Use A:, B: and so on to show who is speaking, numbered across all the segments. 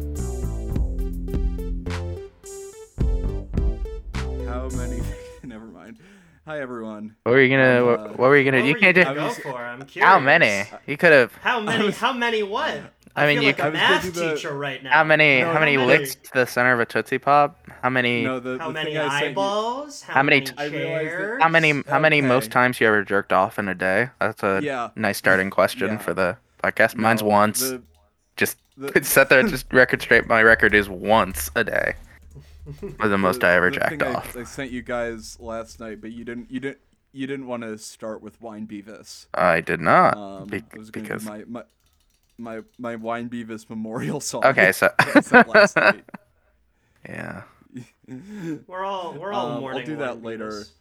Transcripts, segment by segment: A: Hi everyone.
B: What were you gonna? what-
A: Uh,
B: what were you gonna?
C: What
B: you
C: were
B: can't
C: you
B: just.
A: I
C: gonna
A: was-
C: go for? I'm curious.
B: How many? You could have.
C: How
A: I
C: many?
A: was-
C: how many? What?
B: I mean,
C: feel
B: you
C: like
A: I
C: a
A: was
C: math
A: thinking the-
C: teacher right now.
B: How many?
A: No,
B: how
A: how
B: many
C: many?
B: licks to the center of a tootsie pop? How many?
A: No, the,
C: How
A: the
C: many
A: thing I sent you-
C: eyeballs? How,
B: How many
A: I realized that-
C: chairs?
B: how many? How many most
A: Okay.
B: times you ever jerked off in a day? That's a
A: Yeah.
B: nice starting question
A: Yeah.
B: for the podcast. Mine's
A: No,
B: once.
A: the-
B: just
A: the-
B: set there. Just record straight. My record is once a day. Was the most I ever
A: the
B: jacked
A: thing I-
B: off.
A: I, sent you guys last night, but you didn't. You didn't. You didn't want to start with wine Beavis.
B: I did not
A: Um,
B: Uh, be-
A: it was gonna
B: because.
A: be my, my my my wine Beavis memorial song.
B: Okay, so-
A: that I sent last night.
B: yeah.
C: We're all we're all
A: Um, I'll
C: morning.
A: do that
C: wine
A: later.
C: beaters.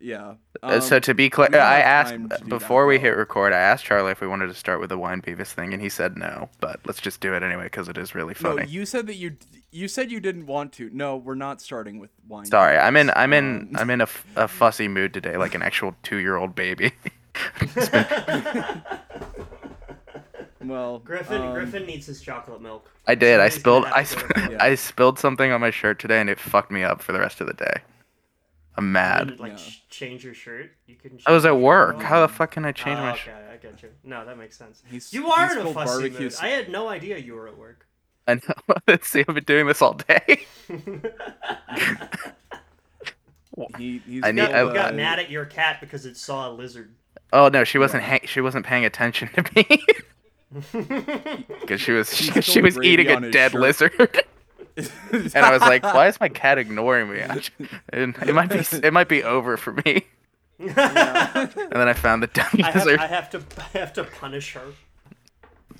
A: Yeah.
B: Uh, so
A: um,
B: to be clear,
A: we don't
B: I
A: have
B: asked
A: time to do that,
B: before we
A: though.
B: hit record. I asked Charlie if we wanted to start with the wine Beavis thing, and he said no. But let's just do it anyway because it is really funny.
A: No, you said that you you said you didn't want to. No, we're not starting with wine.
B: Sorry, I'm in
A: Beavis.
B: I'm in
A: Um,
B: I'm in a, f- a fussy mood today, like an actual two year old baby.
A: well,
C: Griffin
A: um,
C: Griffin needs his chocolate milk.
B: I did. I
C: Somebody's
B: spilled
C: gonna
B: I
C: have to
B: sp-
C: go to-
B: I spilled something on my shirt today, and it fucked me up for the rest of the day. I'm
C: You
B: mad.
C: didn't, like
A: Yeah.
C: ch- change your shirt. You couldn't.
B: I was
C: change
B: at
C: your shirt
B: work.
C: all?
B: How the fuck can I change
C: oh,
B: my
C: okay,
B: shirt?
C: I get you. No, that makes sense.
A: He's-
C: you are
A: he's
C: in a
A: full
C: fussy
A: barbecue
C: mood.
A: sa-
C: I had no idea you were at work.
B: I know. Let's see. I've been doing this all day.
A: He, he's
B: I need-
C: You
A: got,
B: I-
A: uh,
C: got mad at your cat because it saw a lizard.
B: Oh no, she wasn't. Hang- she wasn't paying attention to me because she was she,
A: spilled
B: she was
A: gravy
B: eating
A: on
B: a
A: his
B: dead
A: shirt.
B: lizard, and I was like, "Why is my cat ignoring me?" I sh- and it might be it might be over for me. And then I found the dumb
C: I have,
B: lizard.
C: I have to I have to punish her.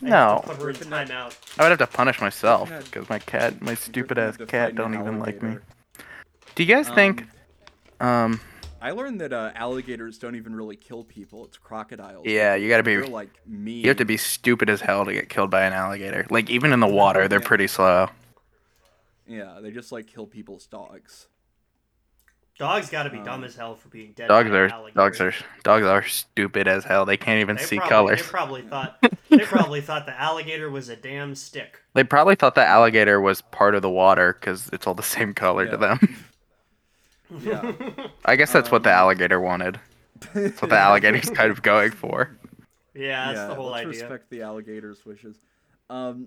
B: no,
C: Put her in timeout.
B: I would have to punish myself
A: Yeah.
B: because my cat, my stupid ass
A: Griffin had
B: cat,
A: to
B: don't
A: find an
B: even like me.
A: alligator.
B: Do you guys think?
A: Um,
B: Um,
A: I learned that uh, alligators don't even really kill people. It's crocodiles.
B: yeah, you gotta be.
A: They're
B: You
A: like mean.
B: have to be stupid as hell to get killed by an alligator. Like even in the water, they're
A: Yeah.
B: pretty slow.
A: Yeah, they just like kill people's dogs.
C: Dogs got to be
A: Um,
C: dumb as hell for being dead.
B: Dogs
C: by an
B: are
C: alligator.
B: dogs are dogs are stupid as hell. They can't even
C: They
B: see
C: probably,
B: colors.
C: They probably thought they probably thought the alligator was a damn stick.
B: They probably thought the alligator was part of the water because it's all the same color to
A: Yeah.
B: them.
A: Yeah.
B: I guess that's what the
A: Um,
B: alligator wanted. That's what the alligator's kind of going for.
C: Yeah, that's
A: yeah,
C: the whole
A: let's
C: idea.
A: respect the alligators' wishes. Um,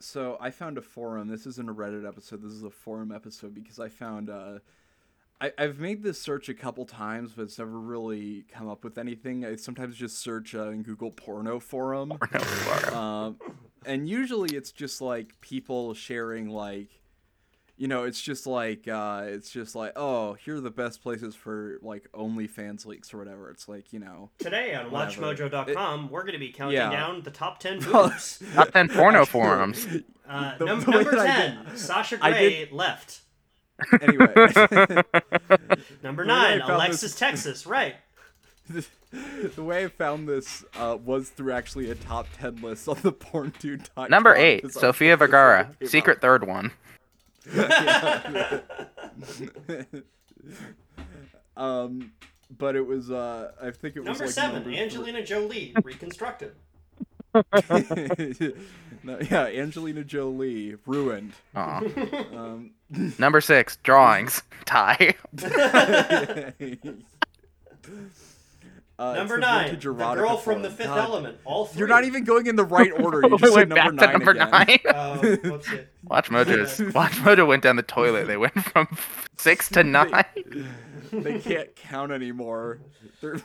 A: so I found a forum. This isn't a Reddit episode. This is a forum episode because I found. Uh, I, I've made this search a couple times, but it's never really come up with anything. I sometimes just search uh, in Google porno forum.
B: Or no, tomorrow.
A: um, and usually it's just like people sharing like you know it's just like uh, it's just like oh here are the best places for like OnlyFans leaks or whatever it's like you know
C: Today on
A: Whatever.
C: WatchMojo.com, we're going to be counting
A: Yeah.
C: down the top ten
A: Well,
C: boobs.
B: Not then porno forums.
C: Uh,
A: the-
C: num-
A: the way
C: number
A: that I
C: ten,
A: did-
C: Sasha
A: I
C: Grey left.
A: anyway
C: Number
A: The way I
C: nine,
A: found
C: Alexis Texas. Right.
A: the way I found this uh, was through actually a top ten list on the porndude.com.
B: Number eight,
A: is our-
B: Sofia Vergara, secret third one.
A: um, but it was uh, I think it was
C: Number
A: like
C: seven,
A: number three.
C: Angelina Jolie reconstructed.
A: no, yeah, Angelina Jolie ruined.
B: Aw.
A: Um,
B: Number six, drawings. Tie.
A: uh, it's
C: number nine, the
A: vintage erotica
C: girl from the
A: form.
C: Fifth
A: God,
C: Element. All three.
A: You're not even going in the right order. You
B: We
A: just said
B: went
A: number
B: back to
A: nine.
B: number
A: again.
B: nine.
C: Oh, whoopsie.
B: Watch Mojo. Watch Mojo went down the toilet. They went from six to nine.
A: They can't count anymore. They're-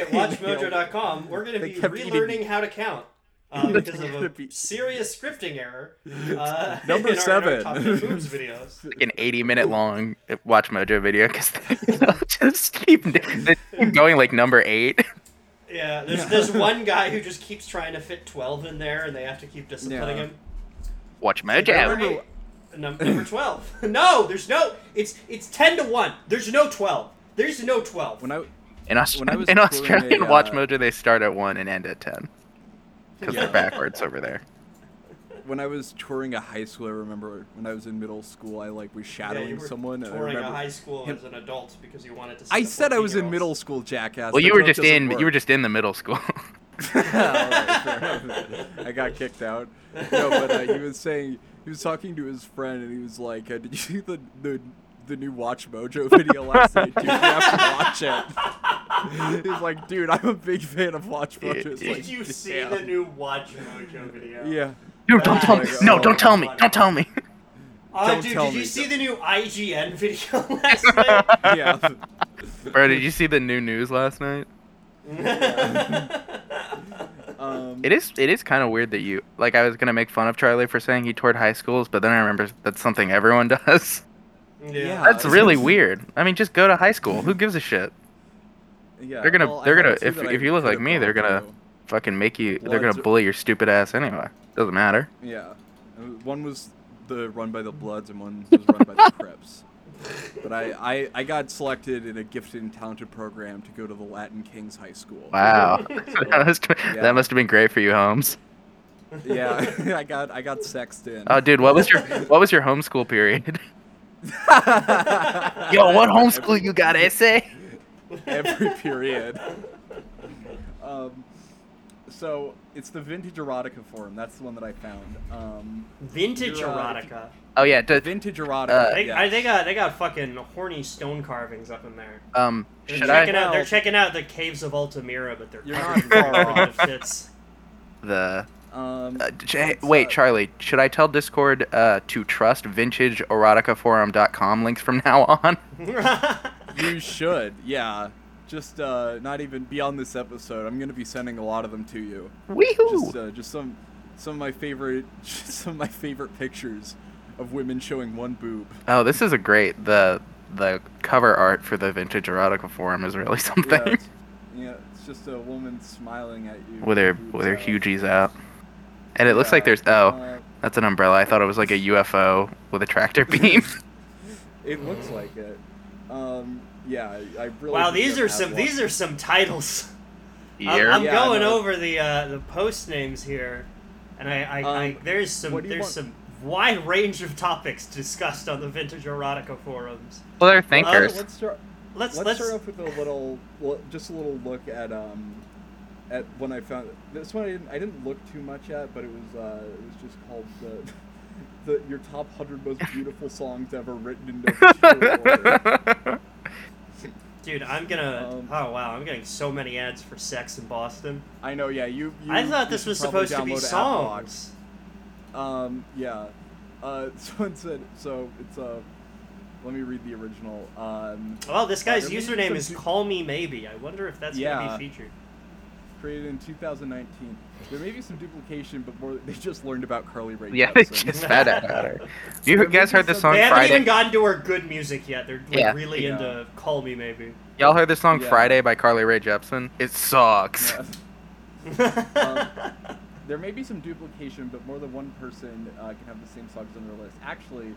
C: at WatchMojo.com, we're going to
A: They
C: be
A: kept
C: relearning
A: eating.
C: how to count uh, because of
A: gonna
C: a
A: be-
C: serious scripting error. Uh,
A: Number
C: in our,
A: seven.
C: in our top 10 boobs videos.
B: Like an eighty-minute long uh, Watch Mojo video because they just keep they keep going like number eight.
C: Yeah, there's there's one guy who just keeps trying to fit twelve in there, and they have to keep disciplining
A: Yeah.
C: him.
B: Watch
C: Number,
B: Mojo.
C: eight, num- number twelve. no, there's no. It's it's ten to one. There's no twelve. There's no twelve.
A: when I
B: In, Aust-
A: When I was
B: in
A: touring
B: Australia,
A: a, uh,
B: Watch Mojo they start at one and end at ten because
A: Yeah.
B: they're backwards over there.
A: when I was touring a high school, I remember when I was in middle school, I like was
C: Yeah,
A: shadowing
C: you were
A: someone. And I
C: touring a
A: remember
C: high school
A: him-
C: as an adult because you wanted to. See
A: I
C: the
A: said I was in
C: 14-year-olds.
A: middle school, jackass.
B: Well, you
A: That's
B: were
A: how it
B: just
A: doesn't
B: in.
A: work.
B: You were just in the middle school.
A: Oh All right, fair enough. I got kicked out. No, but uh, he was saying he was talking to his friend, and he was like, uh, "Did you see the the the new Watch Mojo video last night. Dude, you have to watch it. He's like, dude, I'm a big fan of Watch Mojo. It's
B: Did
A: like,
C: Did you see
A: damn.
C: the new Watch Mojo video?
A: Yeah.
B: No, don't tell me. No, don't tell me. Don't tell me.
C: Oh,
A: Don't
C: dude,
A: tell
C: did you
A: me.
C: see the new IGN video last night?
A: Yeah.
B: Bro, did you see the new news last night?
A: Um,
B: It is it is kind of weird that you like I was gonna make fun of Charlie for saying he toured high schools, but then I remember that's something everyone does.
A: Yeah.
B: That's really weird. I mean, just go to high school. Who gives a shit?
A: yeah.
B: they're gonna-
A: well, I
B: they're gonna-
A: thought, too,
B: if-
A: that I
B: if you look like
A: could've
B: me, they're
A: gone
B: gonna-
A: through.
B: Fucking make you.
A: Well,
B: they're
A: it's-
B: gonna bully your stupid ass anyway. Doesn't matter.
A: Yeah. Uh, One was the run by the Bloods and one was run by the Crips. But I, I, I got selected in a gifted and talented program to go to the Latin Kings High School.
B: Wow, that, must,
A: Yeah.
B: that must have been great for you, Holmes.
A: Yeah, I got I got sexed in.
B: Oh, dude, what was your what was your homeschool period?
A: Yo,
B: Yo, what homeschool you got, essay?
A: every period. Um, so it's the vintage erotica forum. That's the one that I found. Um,
C: Vintage
A: You're, uh,
C: erotica.
B: Oh yeah, d-
A: vintage erotica.
B: Uh,
C: They,
A: yeah.
C: I, they got they got fucking horny stone carvings up in there.
B: um,
C: They're
B: should
C: checking
B: I
C: out. They're
A: Well-
C: checking out the caves of Altamira, but they're
A: You're
C: covered
A: not
C: in
A: far
C: horny
A: off.
C: fits.
B: the
A: um,
B: uh, j-
A: It's,
B: wait,
A: uh,
B: Charlie? Should I tell Discord uh, to trust vintageeroticaforum.com links from now on?
A: you should. Yeah. Just uh, not even beyond this episode. I'm gonna be sending a lot of them to you.
B: Weehoo!
A: Just uh, just some some of my favorite some of my favorite pictures of women showing one boob.
B: Oh, this is a great the the cover art for the vintage erotica forum is really
A: Yeah,
B: something.
A: it's, yeah, it's just a woman smiling at you
B: with her
A: boobs
B: with her
A: out.
B: hugies out, and it looks
A: Yeah,
B: like there's oh,
A: uh,
B: that's an umbrella. I thought it was like a UFO with a tractor beam.
A: It looks like it. Um, yeah, I- I really.
C: wow, these are some these are some titles. I'm,
B: yeah.
C: I'm
A: Yeah,
C: going
A: no.
C: over the uh, the post names here, and I, I, I
A: Um,
C: there's some
A: what do you
C: there's
A: want?
C: some wide range of topics discussed on the vintage erotica forums.
B: well, they're
A: let
B: thinkers.
A: let's start.
C: Let's
A: let's
C: let's
A: start off with a little, well, just a little look at um, at when I found this one. I didn't, I didn't look too much at, but it was uh, it was just called the. The, your top hundred most beautiful songs ever written in no particular order.
C: dude. I'm gonna
A: Um,
C: oh wow, I'm getting so many ads for sex in Boston.
A: I know, yeah. You. you
C: I thought
A: you
C: this
A: should
C: was
A: probably
C: supposed to be
A: download Appbox.
C: songs.
A: Um, yeah. Uh, someone said, so it's, uh, let me read the original. Um,
C: Well, this guy's
A: There'll be
C: username
A: some
C: is
A: peop-
C: Call Me Maybe. I wonder if that's
A: Yeah.
C: gonna be featured.
A: created in 2019. There may be some duplication, but more, they just learned about Carly Rae
B: yeah, they
A: Jepsen.
B: just fed at her. You guys heard the song
C: they haven't even
B: Friday?
C: gotten to her good music yet. They're like,
B: Yeah.
C: really
A: Yeah.
C: into Call Me Maybe.
B: Y'all heard the song
A: Yeah.
B: Friday by Carly Rae Jepsen? It sucks.
A: Yeah. There may be some duplication, but more than one person uh, can have the same songs on their list. Actually,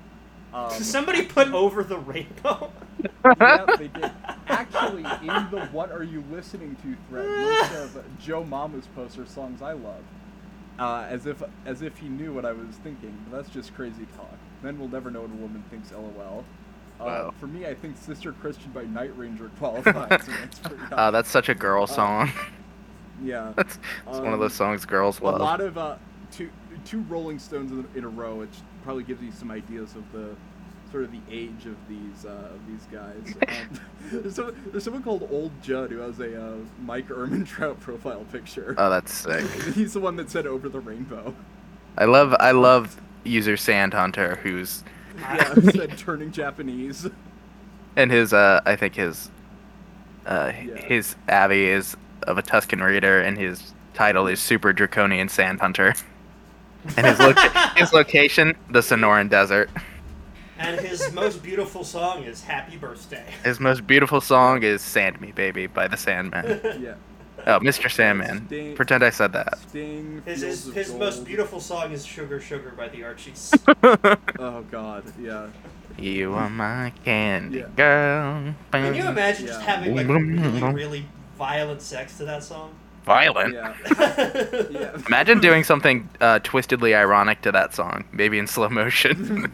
A: um,
C: Somebody put over the rainbow.
A: yeah, they did. Actually, in the "What Are You Listening To" thread, most of Joe Mama's posts are songs I love, uh, as if as if he knew what I was thinking. But that's just crazy talk. Men will never know what a woman thinks. LOL. Uh,
B: Wow.
A: For me, I think "Sister Christian" by Night Ranger qualifies. and that's pretty
B: Uh, that's such a girl song.
A: yeah.
B: that's it's one of
A: um,
B: those songs girls
A: A
B: love.
A: lot of uh, two two Rolling Stones in, in a row, which probably gives you some ideas of the sort of the age of these uh, of these guys. Um, there's, some, there's someone called Old Judd who has a uh, Mike Ehrmantraut profile picture.
B: oh, that's sick.
A: He's the one that said "Over the Rainbow."
B: I love I love user Sand Hunter who's
A: Yeah, said turning Japanese.
B: and his uh I think his uh
A: Yeah.
B: his abbey is of a Tuscan reader and his title is Super Draconian Sand Hunter. And his loc his location, the Sonoran Desert.
C: And his most beautiful song is Happy Birthday.
B: His most beautiful song is Sand Me Baby by the Sandman.
A: Yeah,
B: Oh, Mr. Sandman.
A: Sting.
B: Pretend I said that.
A: Sting. Fields
C: His, his,
A: of
C: his most
A: Gold.
C: beautiful song is Sugar Sugar by the Archies.
A: Oh God, yeah.
B: You are my candy
A: Yeah.
B: girl.
C: Can you imagine just
A: Yeah.
C: having like really, really violent sex to that song?
B: Violent.
A: Yeah, yeah.
B: Imagine doing something uh, twistedly ironic to that song, maybe in slow motion.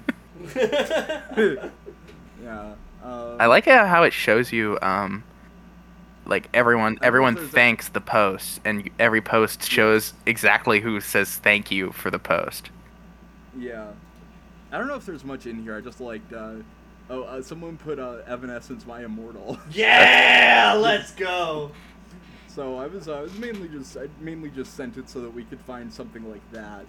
A: yeah. Um,
B: I like how how it shows you, um, like everyone
A: I
B: everyone
A: think there's a-
B: thanks the post, and every post shows exactly who says thank you for the post.
A: Yeah. I don't know if there's much in here. I just liked uh, Oh, uh, someone put uh, Evanescence, my immortal.
C: Yeah, let's go.
A: So I was, I was mainly just, I mainly just sent it so that we could find something like that.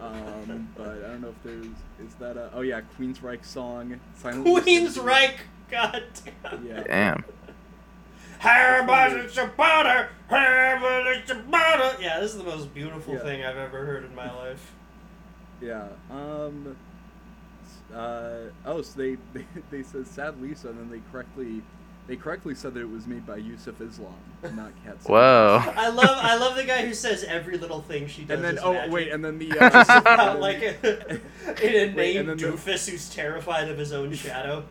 A: Um, but I don't know if there's, is that a? Oh yeah, Queensryche song. Silent
C: Queen's
A: Dissension.
C: Reich. God damn.
A: Yeah.
B: Damn.
C: Hair buttons and butter. Hair buttons and butter. Yeah, this is the most beautiful
A: Yeah.
C: thing I've ever heard in my life.
A: Yeah. Um. s- Uh, oh, so they, they they said Sad Lisa, and then they correctly they correctly said that it was made by Yusuf Islam, not Cat. Stevens.
B: Whoa.
C: I love I love the guy who says every little thing she does.
A: And then
C: is
A: oh
C: magic.
A: wait, and then the
B: Just
A: uh,
C: About,
A: and
C: like
A: then,
C: a, an
A: Wait,
C: inane
A: and then the-
C: doofus who's terrified of his own shadow.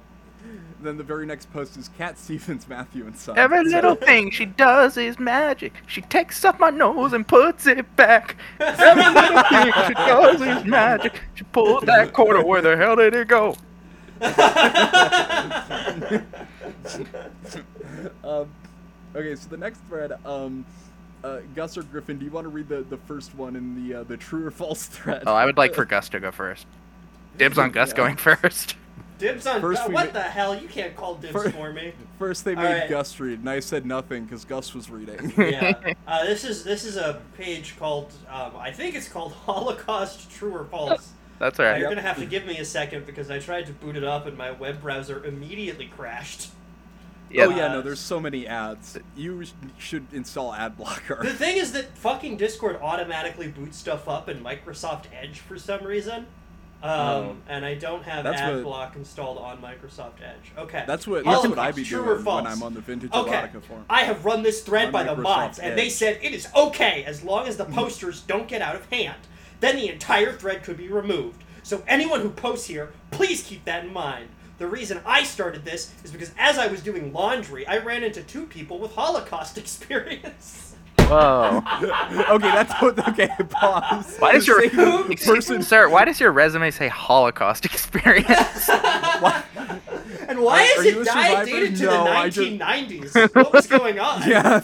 A: then the very next post is Cat Stevens, Matthew and Son.
B: Every
A: So-
B: little thing she does is magic. She takes up my nose and puts it back. Every little thing she does is magic. She pulled that quarter. Where the hell did it go?
A: um, okay, so the next thread, um, uh, Gus or Griffin, do you want to read the, the first one in the uh, the true or false thread?
B: Oh, I would like for Gus to go first. Dibs on Gus
A: Yeah.
B: going first.
C: dibs on uh,
A: First we
C: what
A: ma-
C: the hell? You can't call dibs
A: First-
C: for me.
A: First, they
C: All
A: made
C: right.
A: Gus read, and I said nothing because Gus was reading.
C: Yeah. Uh, this is this is a page called um, I think it's called Holocaust True or False.
B: That's all
C: Now,
B: right.
C: You're gonna have to give me a second because I tried to boot it up and my web browser immediately crashed.
B: Yeah.
A: Oh yeah, no,
C: Uh,
A: there's so many ads. You sh- should install ad blocker.
C: The thing is that fucking Discord automatically boots stuff up in Microsoft Edge for some reason. Um,
A: Oh.
C: And I don't have
A: That's
C: ad
A: what-
C: block installed on Microsoft Edge. Okay.
A: That's what
C: All
A: that's
C: of
A: what I
C: it's
A: be
C: true
A: doing
C: or false.
A: when I'm on the vintage
C: Okay.
A: erotica forum.
C: I have run this thread
A: On
C: by the
A: Microsoft
C: mods, and they
A: Edge.
C: said it is okay as long as the posters don't get out of hand. Then the entire thread could be removed. So anyone who posts here, please keep that in mind. The reason I started this is because as I was doing laundry, I ran into two people with Holocaust experience.
B: Whoa.
A: okay, that's what. Okay, pause.
B: Why does
A: You're
B: your
A: saying the
B: Excuse me,
A: person?
B: sir? Why does your resume say Holocaust experience?
C: And why
A: Are-
C: is
A: are you
C: it
A: a
C: di-
A: survivor?
C: dated to
A: No,
C: the
A: I just-
C: 1990s? What was going on?
A: Yeah.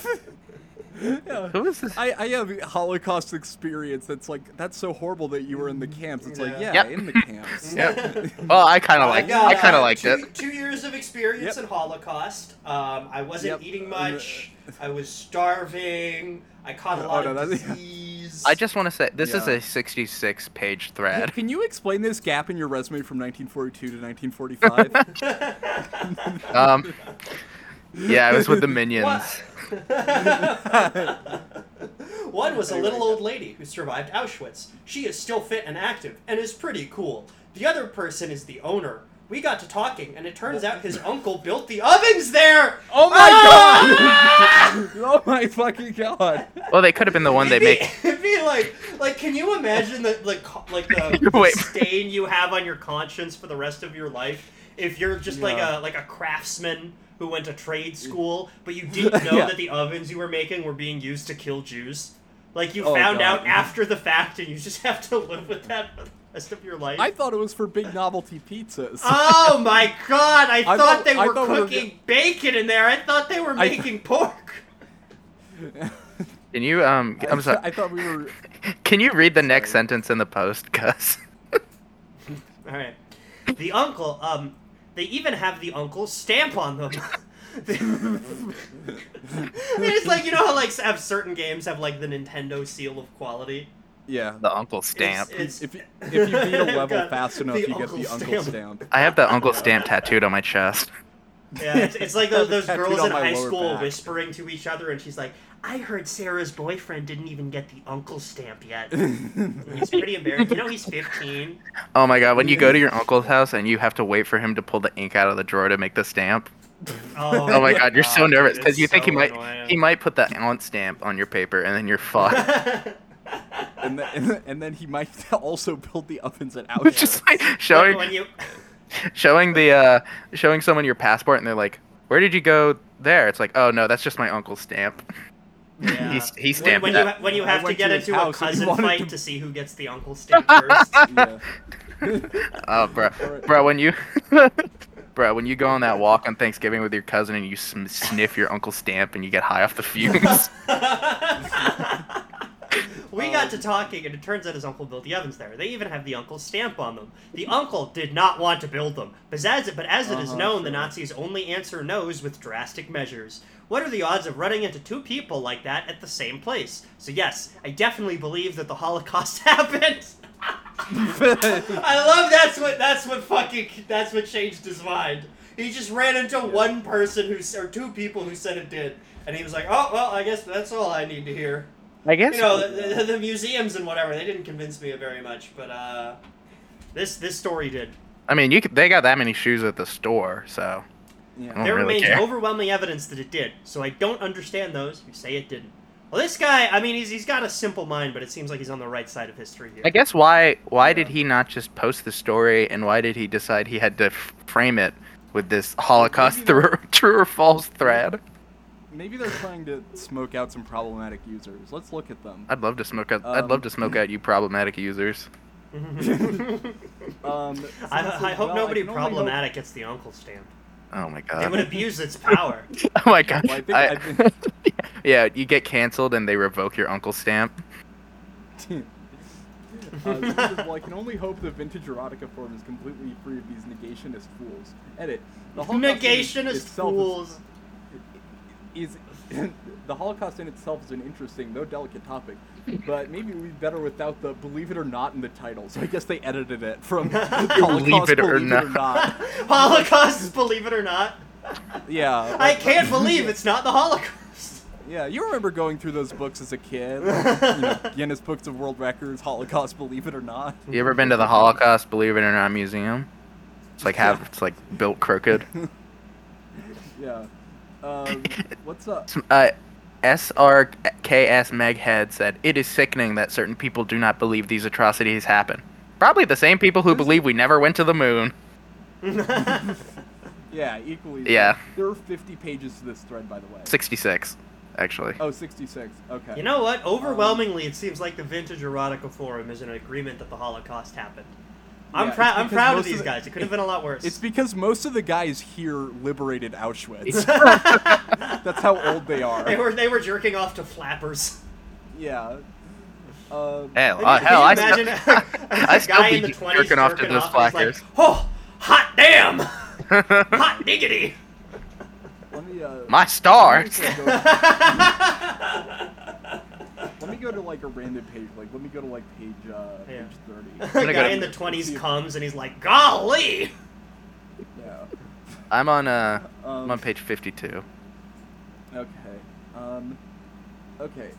A: Yeah.
B: Who is this?
A: I, I have Holocaust experience. That's like that's so horrible that you were in the camps. It's like yeah,
C: Yeah.
B: Yep.
A: in the camps.
B: Yep. Well, I kind of like.
C: got,
B: I kind
C: uh,
B: of liked
C: two,
B: it.
C: Two years of experience
A: Yep.
C: in Holocaust. Um, I wasn't
A: Yep.
C: eating
A: Um,
C: much. I was starving. I caught a
A: Oh,
C: lot
A: no,
C: of
A: that's- yeah.
C: disease.
B: I just want to say this is
A: Yeah.
B: a 66 page
A: Hey,
B: thread.
A: Can you explain this gap in your resume from 1942 to 1945?
B: Um, yeah, I was with the minions.
C: What? One was a little old lady who survived Auschwitz. She is still fit and active and is pretty cool. The other person is the owner. We got to talking, and it turns out his uncle built the ovens there.
A: oh my god! oh my fucking god!
B: Well, they could have been the one they
C: it'd be,
B: make.
C: it'd be like like can you imagine the like co- like the,
B: You're
C: the
B: way-
C: stain you have on your conscience for the rest of your life if you're just like
A: Yeah. Mm.
C: a like a craftsman who went to trade school but you didn't know
A: Yeah.
C: that the ovens you were making were being used to kill Jews. Like you
A: Oh,
C: found
A: God.
C: out after the fact and you just have to live with that for the rest of your life.
A: I thought it was for big novelty pizzas.
B: Uh,
C: Oh my god, I, thought,
A: thought-
C: they
A: I
C: were
A: thought we were
C: cooking bacon in there. I thought they were
A: I-
C: making pork.
B: Can you um? I'm sorry.
A: I thought we were.
B: Can you read the next sentence in the post, Gus?
C: All right. The uncle, um, they even have the uncle's stamp on them. it's like you know how like have certain games have like the Nintendo seal of quality.
A: Yeah.
B: The uncle
C: It's-
B: stamp.
C: It's,
A: If you, if you beat a level
C: Got
A: fast
C: the
A: enough, you get
C: uncle
A: the uncle
C: stamp.
A: stamp.
B: I have the uncle stamp tattooed on my chest.
C: yeah, it's, it's like those, those
A: Tattooed
C: girls
A: on
C: in
A: my
C: high
A: lower
C: school
A: back.
C: whispering to each other, and she's like, "I heard Sarah's boyfriend didn't even get the uncle stamp yet. he's pretty embarrassed. You know, he's 15."
B: Oh my god! When you go to your uncle's house and you have to wait for him to pull the ink out of the drawer to make the stamp.
C: Oh,
B: Oh my god! You're so
C: dude,
B: nervous because
C: it's
B: you think he
C: so
B: might
C: annoying.
B: he might put the aunt stamp on your paper and then you're fucked.
A: And then, and, then- and then he might also build the ovens at Auschwitz.
B: It's just like showing
C: when you
B: showing the uh showing someone your passport and they're like where did you go there it's like oh no that's just my uncle's stamp
C: Yeah.
B: He's- he
C: when,
B: stamped
C: when
B: that.
C: You ha- when you
A: I
C: have to
A: went
C: get
A: to his
C: into a
A: house and he
C: cousin
A: wanted
C: fight to...
A: to-
C: see who gets the uncle stamp first.
A: yeah.
B: oh bro
A: Alright.
B: bro when you bro when you go on that walk on thanksgiving with your cousin and you sm- sniff your uncle's stamp and you get high off the fumes
C: We
A: Oh.
C: got to talking, and it turns out his uncle built the ovens there. They even have the uncle's stamp on them. The uncle did not want to build them, but as, but as it is
A: Uh-huh,
C: known, the
A: sure.
C: Nazis only answer no's with drastic measures. What are the odds of running into two people like that at the same place? So yes, I definitely believe that the Holocaust happened. I love that's what that's what fucking that's what changed his mind. He just ran into one person who s- or two people who said it did, and he was like, "Oh well, I guess that's all I need to hear."
B: I guess.
C: you know the, the, the museums and whatever they didn't convince me of very much but uh this this story did
B: I mean, you could, they got that many shoes at the store, so
A: yeah.
B: don't
C: there
B: really
C: remains
B: care.
C: overwhelming evidence that it did so i don't understand those who say it didn't well this guy i mean he's, he's got a simple mind but it seems like he's on the right side of history here
B: I guess why why did he not just post the story, and why did he decide he had to f- frame it with this Holocaust
A: Maybe-
B: thru- true or false thread?
A: Maybe they're trying to smoke out some problematic users. Let's look at them.
B: I'd love to smoke out.
A: Um,
B: I'd love to smoke out you problematic users.
A: Um, so
C: I,
A: this is-
C: I hope
A: well,
C: nobody
A: can only hope-
C: problematic gets the uncle stamp.
B: Oh my
C: It
B: god.
C: would abuse its power.
B: Oh my god.
A: Well, I think-
B: I-
A: I think-
B: yeah, you get canceled and they revoke your uncle stamp.
A: Uh, so this is, well, I can only hope the vintage erotica form is completely free of these negationist fools. Edit. The Holocaust in
C: Negationist
A: itself is-
C: fools.
A: is the Holocaust in itself is an interesting, though delicate topic, but maybe we'd be better without the "believe it or not" in the title. So I guess they edited it from Holocaust,
B: Believe it or
A: not.
C: Holocaust, believe it or not.
A: Yeah,
C: I
A: like-
C: can't believe it's not the Holocaust.
A: Yeah, you remember going through those books as a kid, like, you know, Guinness Books of World Records, Holocaust, believe it or not.
B: You ever been to the Holocaust Believe It or Not museum? It's like have it's like built crooked.
A: Yeah. Um, what's up?
B: Uh, SRKS Meghead said, It is sickening that certain people do not believe these atrocities happen. Probably the same people who believe we never went to the moon.
A: Yeah, equally. so.
B: Yeah.
A: There are 50 pages to this thread, by the way.
B: 66, actually.
A: Oh, 66. Okay.
C: You know what? Overwhelmingly, it seems like the Vintage Erotica Forum is in agreement that the Holocaust happened. I'm,
A: Yeah,
C: prou-
A: it's
C: I'm
A: because
C: proud of
A: most of
C: these
A: the-
C: guys. It could have been a lot worse.
A: It's because most of the guys here liberated Auschwitz.
B: uh,
A: That's how old they are.
C: they were they were jerking off to flappers.
A: Yeah. Um,
B: Hell,
C: Can
B: uh,
C: you-
B: hell, I
C: can you
B: still, I
C: a
B: still
C: guy
B: be
C: in the
B: jerking
C: 20s jerking
B: off to those
C: off, and he's
B: flackers.
C: like, oh, hot damn, hot diggity.
A: let me, uh,
B: my stars.
A: let me go- let me go to like a random page. Like, let me go to like page uh,
C: Yeah.
A: page thirty.
C: A
B: gonna go
C: guy
B: to-
C: in the 20s comes and he's like, golly.
A: Yeah.
B: I'm on uh,
A: Um,
B: I'm on page 52.
A: Okay. Um. Okay.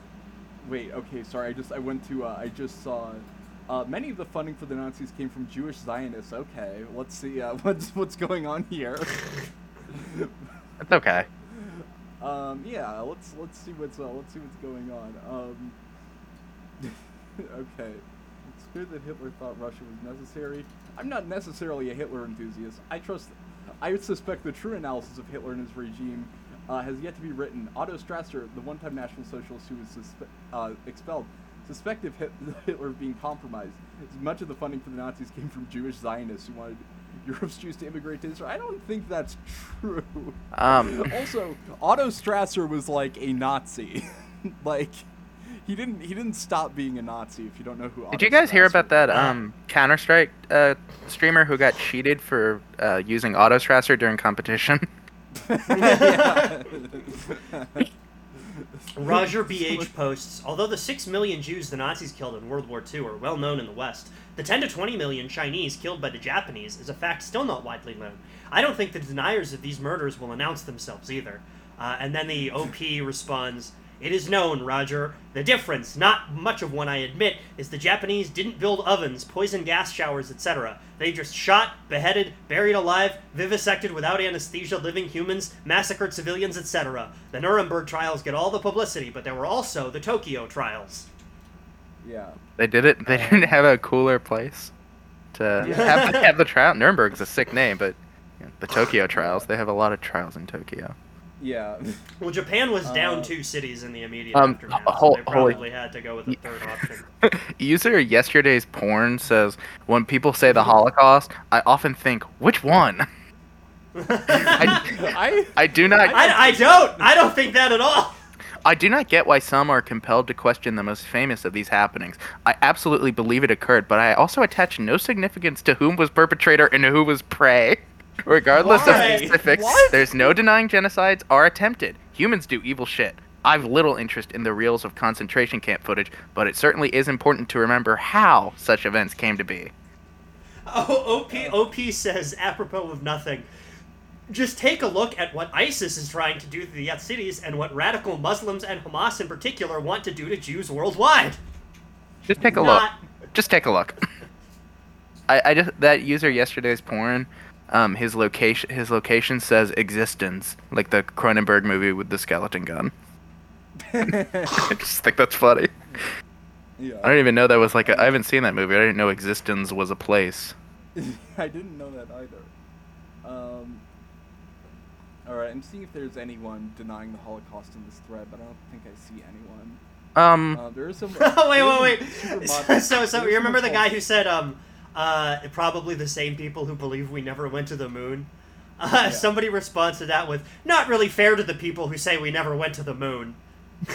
A: Wait. Okay. Sorry. I just I went to. Uh, I just saw. Uh, many of the funding for the Nazis came from Jewish Zionists. Okay. Let's see. Uh, what's what's going on here?
B: It's okay.
A: um. Yeah. Let's let's see what's uh, let's see what's going on. Um. okay. It's clear that Hitler thought Russia was necessary. I'm not necessarily a Hitler enthusiast. I trust. I suspect the true analysis of Hitler and his regime uh, has yet to be written. Otto Strasser, the one time National Socialist who was suspe- uh, expelled, suspected Hit- Hitler of being compromised. As much of the funding for the Nazis came from Jewish Zionists who wanted Europe's Jews to immigrate to Israel. I don't think that's true.
B: Um,
A: also, Otto Strasser was like a Nazi. like he didn't he didn't stop being a Nazi if you don't know who Otto
B: Did you guys hear
A: Strasser
B: about that
A: was.
C: Ah.
B: um, Counter Strike uh, streamer who got cheated for uh, using Autostrasser during competition?
A: Yeah.
C: Roger BH posts Although the 6 million Jews the Nazis killed in World War II are well known in the West, the 10 to 20 million Chinese killed by the Japanese is a fact still not widely known. I don't think the deniers of these murders will announce themselves either. Uh, and then the OP responds It is known, Roger. The difference, not much of one I admit, is the Japanese didn't build ovens, poison gas showers, etc. They just shot, beheaded, buried alive, vivisected without anesthesia living humans, massacred civilians, etc. The Nuremberg trials get all the publicity, but there were also the Tokyo trials.
A: yeah.
B: They did it. They didn't have a cooler place to
A: Yeah.
B: have, have the trial. Nuremberg's a sick name, but you know, the Tokyo trials. They have a lot of trials in Tokyo.
A: Yeah.
C: Well, Japan was
A: Uh,
C: down two cities in the immediate
B: Um,
C: aftermath,
B: uh, hol-
C: so they
B: holy-
C: probably had to go with a third option.
B: User yesterday's porn says when people say the Holocaust, I often think which one. I,
A: I
B: I do not.
C: I, I don't. I don't think that at all.
B: I do not get why some are compelled to question the most famous of these happenings. I absolutely believe it occurred, but I also attach no significance to whom was perpetrator and who was prey. Regardless
C: Why?
B: of specifics,
C: What?
B: there's no denying genocides are attempted. Humans do evil shit. I've little interest in the reels of concentration camp footage, but it certainly is important to remember how such events came to be.
C: Oh, OP, OP says, apropos of nothing, just take a look at what ISIS is trying to do to the cities and what radical Muslims and Hamas in particular want to do to Jews worldwide.
B: Just take a
C: Not-
B: look. Just take a look. I, I just that user yesterday's porn. Um, his location his location says existence, like the Cronenberg movie with the skeleton gun. I just think that's funny.
A: yeah.
B: I don't even know that was like I I haven't seen that movie. I didn't know existence was a place.
A: I didn't know that either. Um, all right, I'm seeing if there's anyone denying the Holocaust in this thread, but I don't think I see anyone.
B: Um,
A: Uh, there is some.
C: oh, wait,
A: there
C: wait,
A: is a
C: wait.
A: supermodel-
C: So, so
A: there is
C: you remember the
A: someone
C: guy
A: called-
C: who said, um, uh, probably the same people who believe we never went to the moon? Uh,
A: Yeah.
C: Somebody responds to that with, not really fair to the people who say we never went to the moon.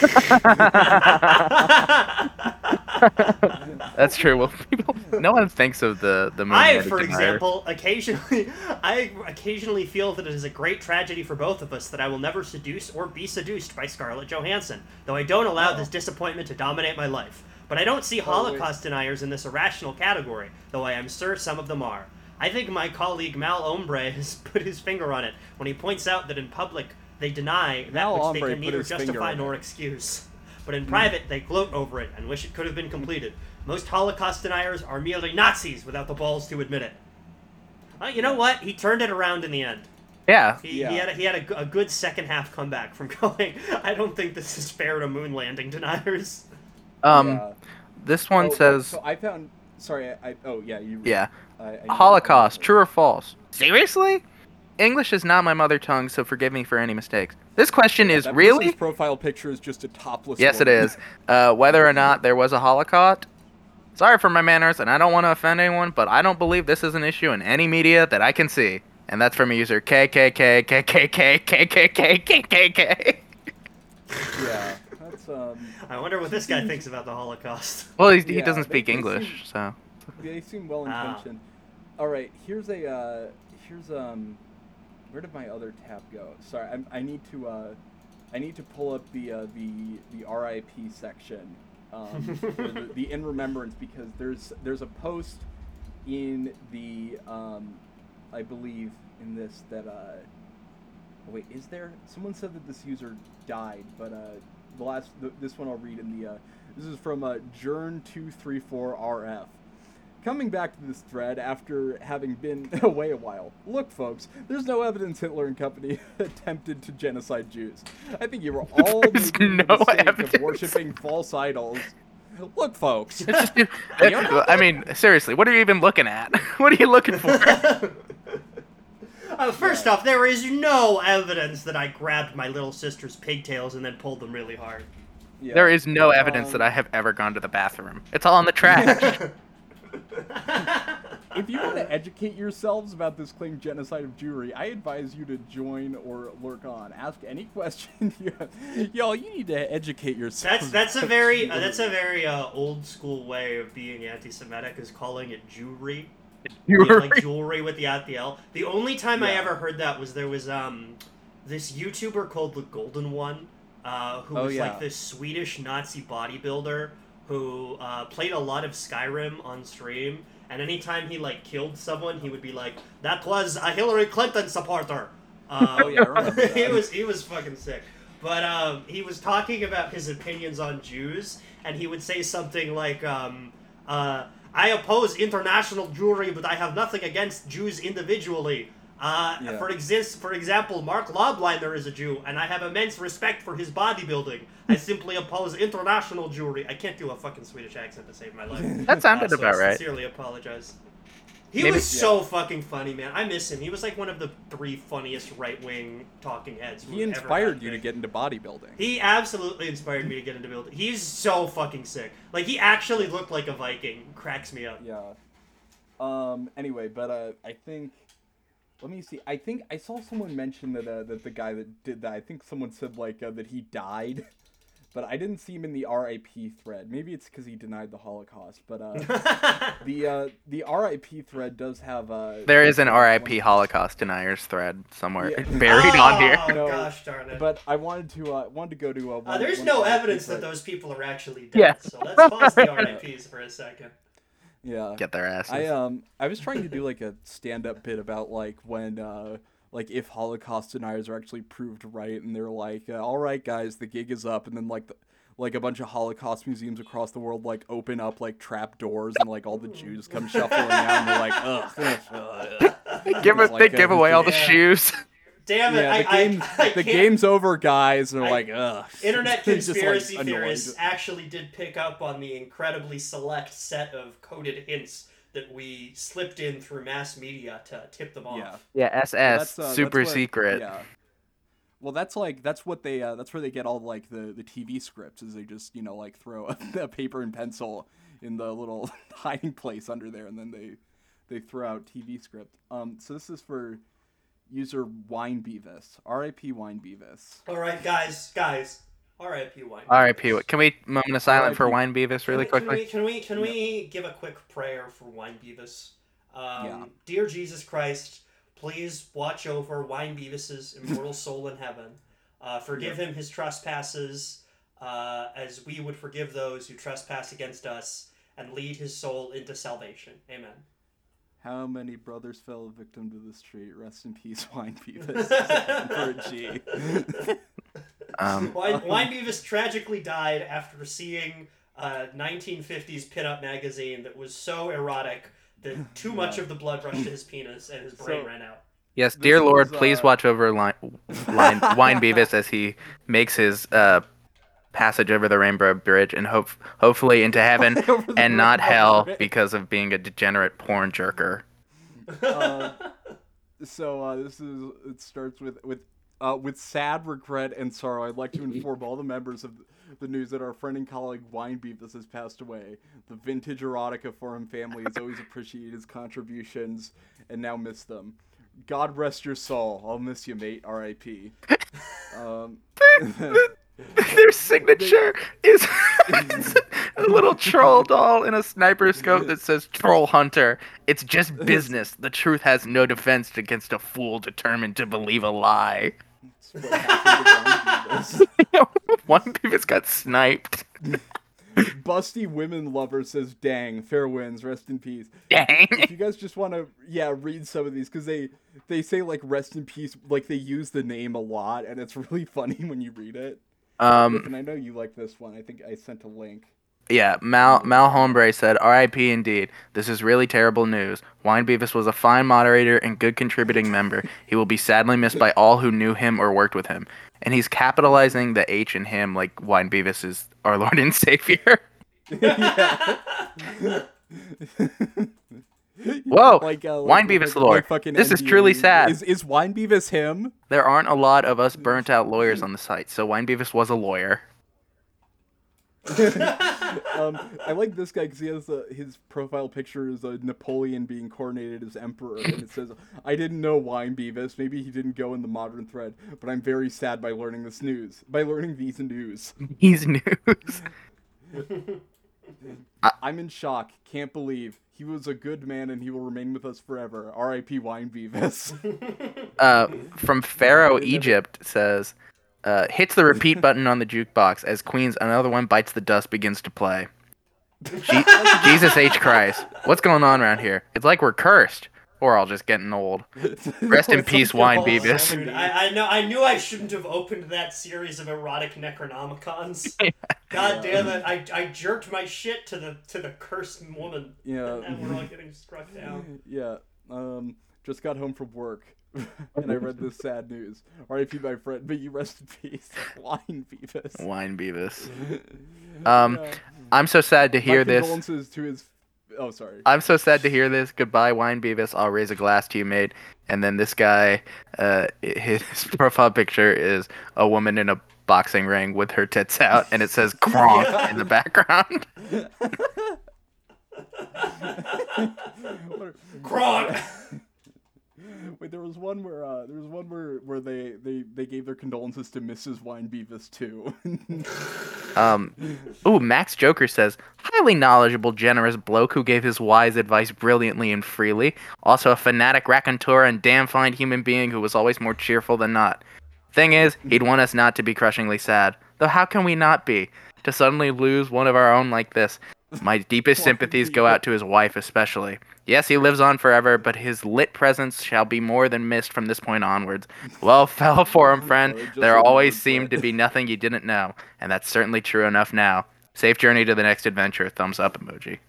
B: that's true. Well, people, no one thinks of the the movie.
C: I,
B: as a
C: for
B: denier.
C: example, occasionally, I occasionally feel that it is a great tragedy for both of us that I will never seduce or be seduced by Scarlett Johansson. Though I don't allow
A: Oh.
C: this disappointment to dominate my life. But I don't see
A: wait.
C: Holocaust deniers in this irrational category, though I am sure some of them are. I think my colleague Mal Ombre has put his finger on it when he points out that in public they deny that
A: Mal
C: which
A: Ombre
C: they can
A: put
C: neither
A: his finger
C: justify
A: on
C: nor
A: it. Hmm.
C: excuse. But in private, they gloat over it and wish it could have been completed. Most Holocaust deniers are merely Nazis without the balls to admit it. Uh, you know what? He turned it around in the end.
B: yeah.
C: He,
A: Yeah.
C: he had, a, he had a, g- a good second half comeback from going, I don't think this is fair to moon landing deniers.
B: Um,
A: Yeah.
B: this one
A: Oh,
B: says
A: So I found. Sorry, I. I oh yeah, you.
B: yeah.
A: I, I
B: Holocaust, true or false? Seriously? English is not my mother tongue, so forgive me for any mistakes. This question is
A: That
B: really?
A: person's profile picture is just a topless.
B: Yes, it
A: woman.
B: is. Uh, whether or not there was a Holocaust. Sorry for my manners, and I don't want to offend anyone, but I don't believe this is an issue in any media that I can see. And that's from a user KKKKKKKKKKKK.
A: yeah, that's um.
C: I wonder what this guy thinks about the Holocaust.
B: Well, he, he
A: Yeah,
B: doesn't
A: they-
B: speak
A: they
B: English, so.
A: They seem well
C: Ah.
A: intentioned. All right, here's a uh, here's um, where did my other tab go? Sorry, I'm, I need to uh, I need to pull up the uh, the the RIP section, um, or the, the in remembrance because there's there's a post in the um, I believe in this that uh, Oh, wait is there? Someone said that this user died, but uh, the last th- this one I'll read in the uh, this is from uh, Jern two three four RF. Coming back to this thread after having been away a while. Look, folks, there's no evidence Hitler and company attempted to genocide Jews. I think you were all
B: There's
A: making the
B: no
A: mistake
B: evidence.
A: of worshiping false idols. Look, folks.
B: It's just, I mean, seriously, what are you even looking at? What are you looking for?
C: Uh, first off, there is no evidence that I grabbed my little sister's pigtails and then pulled them really hard.
A: Yeah.
B: There is no evidence that
A: Um,
B: I have ever gone to the bathroom. It's all on the trash.
A: If you want to educate yourselves about this claimed genocide of Jewry, I advise you to join or lurk on. Ask any question you have. Y'all, you need to educate
C: That's
A: yourselves.
C: that's a
A: about
C: very uh, that's a
A: Jewry.
C: very uh, old school way of being anti-Semitic is calling it Jewry.
B: you
C: Yeah,
B: were
C: like jewelry with the at the L. The only time I
A: Yeah.
C: ever heard that was there was um this YouTuber called the Golden One, uh, who
A: Oh,
C: was
A: yeah.
C: like this Swedish Nazi bodybuilder who uh, played a lot of Skyrim on stream. And anytime he like killed someone, he would be like, "That was a Hillary Clinton supporter." Uh,
A: Oh, yeah, I remember that.
C: he was he was fucking sick. But um, he was talking about his opinions on Jews, and he would say something like, um, uh, "I oppose international Jewry, but I have nothing against Jews individually. Uh,
A: Yeah.
C: For exist, for example, Mark Lobliner is a Jew, and I have immense respect for his bodybuilding. I simply oppose international Jewry. I can't do a fucking Swedish accent to save my life.
B: That sounded
C: Uh, so
B: about
C: I
B: right.
C: sincerely apologize. He
B: Maybe-
C: was so fucking funny, man. I miss him. He was like one of the three funniest right wing talking heads.
A: He inspired you to get into bodybuilding.
C: He absolutely inspired me to get into building. He's so fucking sick. Like he actually looked like a Viking. Cracks me up.
A: Yeah. Um. Anyway, but uh, I think. Let me see. I think I saw someone mention that uh, that the guy that did that. I think someone said like uh, that he died. but I didn't see him in the RIP thread. Maybe it's because he denied the Holocaust, but uh,
C: That's
A: the uh, the RIP thread does have. Uh,
B: There is an RIP Holocaust deniers thread somewhere
A: Yeah.
B: buried on here.
C: Oh
A: No,
C: gosh darn it!
A: But I wanted to uh, wanted to go to. Uh,
C: uh,
A: one-
C: there's
A: one
C: no
A: RIP
C: evidence that
A: thread.
C: those people are actually dead.
B: Yeah.
C: So let's pause the RIPS for a second.
A: Yeah.
B: Get their asses.
A: I um I was trying to do like a stand up bit about like when uh like if Holocaust deniers are actually proved right and they're like uh, all right guys the gig is up and then like the, like a bunch of Holocaust museums across the world like open up like trap doors and like all the Jews come shuffling out and they're like ugh, ugh, ugh, ugh."
B: give us, they
A: Like, uh,
B: give away all the
C: yeah.
B: shoes.
C: Damn it!
A: yeah
C: I,
A: the game
C: I, I
A: the
C: can't-
A: game's over guys and they're
C: I-
A: like ugh
C: Internet
A: They're just, like,
C: conspiracy
A: annoyed.
C: theorists actually did pick up on the incredibly select set of coded hints that we slipped in through mass media to tip them off.
A: Yeah.
B: Yeah, SS,
A: That's, uh,
B: super
A: that's what-
B: secret.
A: Yeah. Well, that's like that's what they uh, that's where they get all like the the TV scripts is they just you know like throw a, a paper and pencil in the little hiding place under there and then they they throw out TV script. Um, so this is for user Wine Beavis, R.I.P. Wine Beavis.
C: All right, guys, guys. R.I.P. Wine.
B: R.I.P. What- Can we moment of silence for
A: R.I.P.
B: Wine Beavis really
C: can,
B: quickly?
C: Can we can we, can we give a quick prayer for Wine Beavis? Um,
A: Yeah.
C: Dear Jesus Christ, please watch over Wine Beavis's immortal soul in heaven. Uh, forgive him his trespasses, uh, as we would forgive those who trespass against us, and lead his soul into salvation. Amen.
A: How many brothers fell victim to this tree? Rest in peace, Wine Beavis. for a G.
B: Um,
C: Wine, Wine Beavis tragically died after seeing a 1950s pinup magazine that was so erotic that too much of the blood rushed to his penis and his brain
A: So-
C: ran out.
B: yes,
A: This
B: dear Lord,
A: was,
B: please
A: uh,
B: watch over line, line, Wine Beavis as he makes his uh, passage over the Rainbow Bridge and hope, hopefully into heaven
A: Over the
B: and not
A: Rainbow
B: hell
A: Bridge.
B: because of being a degenerate porn jerker.
A: Uh, so uh, this is it starts with with uh, with sad regret and sorrow. I'd like to inform all the members of the news that our friend and colleague Wine Beavis has passed away. The vintage erotica forum family has always appreciated his contributions and now miss them. God rest your soul. I'll miss you, mate. R.I.P. Um,
B: Their signature is it's a little troll doll in a sniper scope that says troll hunter. It's just business. The truth has no defense against a fool determined to believe a lie.
A: that's what happened to Wine Beavis.
B: One Beavis got sniped.
A: Busty women lover says, "Dang, fair winds. Rest in peace."
B: Dang.
A: if you guys just want to yeah read some of these because they they say like rest in peace like they use the name a lot and it's really funny when you read it
B: Um
A: and i know you like this one i think i sent a link
B: yeah, Mal Mal Hombre said, R.I.P. indeed. This is really terrible news. Wine Beavis was a fine moderator and good contributing member. He will be sadly missed by all who knew him or worked with him. And he's capitalizing the H in him like Wine Beavis is our Lord and Savior. Whoa,
A: uh,
B: Wine Beavis the Lord. This is truly
A: NDE.
B: sad.
A: is, is wine beavis him
B: There aren't a lot of us burnt out lawyers on the site, so Wine Beavis was a lawyer.
A: um, i like this guy because he has a, his profile picture is a napoleon being coronated as emperor and it says i didn't know wine beavis maybe he didn't go in the modern thread but i'm very sad by learning this news by learning these news
B: He's news.
A: I'm in shock. Can't believe he was a good man and he will remain with us forever. R.I.P. Wine Beavis.
B: Uh, from Pharaoh, Egypt says, uh, hits the repeat button on the jukebox as Queen's Another One Bites the Dust begins to play. Je- Jesus H. Christ. What's going on around here? It's like we're cursed. Or all just getting old. Rest in peace, Wine
C: Oh,
B: Beavis.
C: dude, I, I know. I knew I shouldn't have opened that series of erotic Necronomicons. God damn it! I, I jerked my shit to the to the cursed woman. And
A: yeah,
C: we're all getting struck down.
A: yeah. Um, just got home from work and I read this sad news. R.I.P. My friend, but you rest in peace, Wine Beavis.
B: Wine Beavis. Um, I'm so sad to hear
A: My
B: this.
A: Condolences to his. Oh, sorry.
B: I'm so sad to hear this. Goodbye, Wine Beavis. I'll raise a glass to you, mate. And then this guy, uh, his profile picture is a woman in a boxing ring with her tits out, and it says "Kronk" in the background.
A: What are-
C: Gronk.
A: Wait, there was one where uh, there was one where, where they, they, they gave their condolences to Mrs. Wine Beavis too.
B: Um, ooh, Max Joker says, highly knowledgeable, generous bloke who gave his wise advice brilliantly and freely. Also a fanatic raconteur and damn fine human being who was always more cheerful than not. Thing is, he'd want us not to be crushingly sad. Though how can we not be? To suddenly lose one of our own like this. My deepest sympathies go out to his wife, especially. Yes, he lives on forever, but his lit presence shall be more than missed from this point onwards. Well, fell for him, friend.
A: Just
B: There
A: remembered
B: always
A: that.
B: seemed to be nothing you didn't know, and that's certainly true enough now. Safe journey to the next adventure. Thumbs up emoji.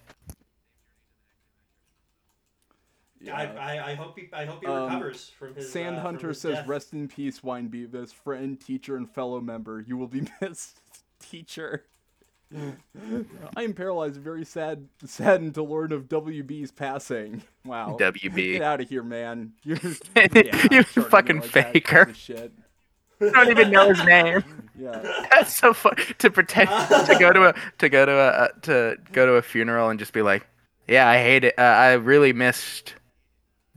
C: I, I, I hope he I hope he
A: Um,
C: recovers from his.
A: Sand
C: uh, from
A: Hunter
C: his
A: says,
C: death.
A: "Rest in peace, Wine Beavis, friend, teacher, and fellow member. You will be missed, teacher." I am paralyzed, very sad, saddened to learn of WB's passing. Wow. Get
B: WB.
A: out of here, man. You're,
B: You
A: starting to
B: fucking
A: like that
B: faker.
A: piece of Shit.
B: I don't even know his name.
A: Yeah.
B: That's so fun to pretend to go to a to go to a uh, to go to a funeral and just be like, yeah, I hate it. Uh, I really missed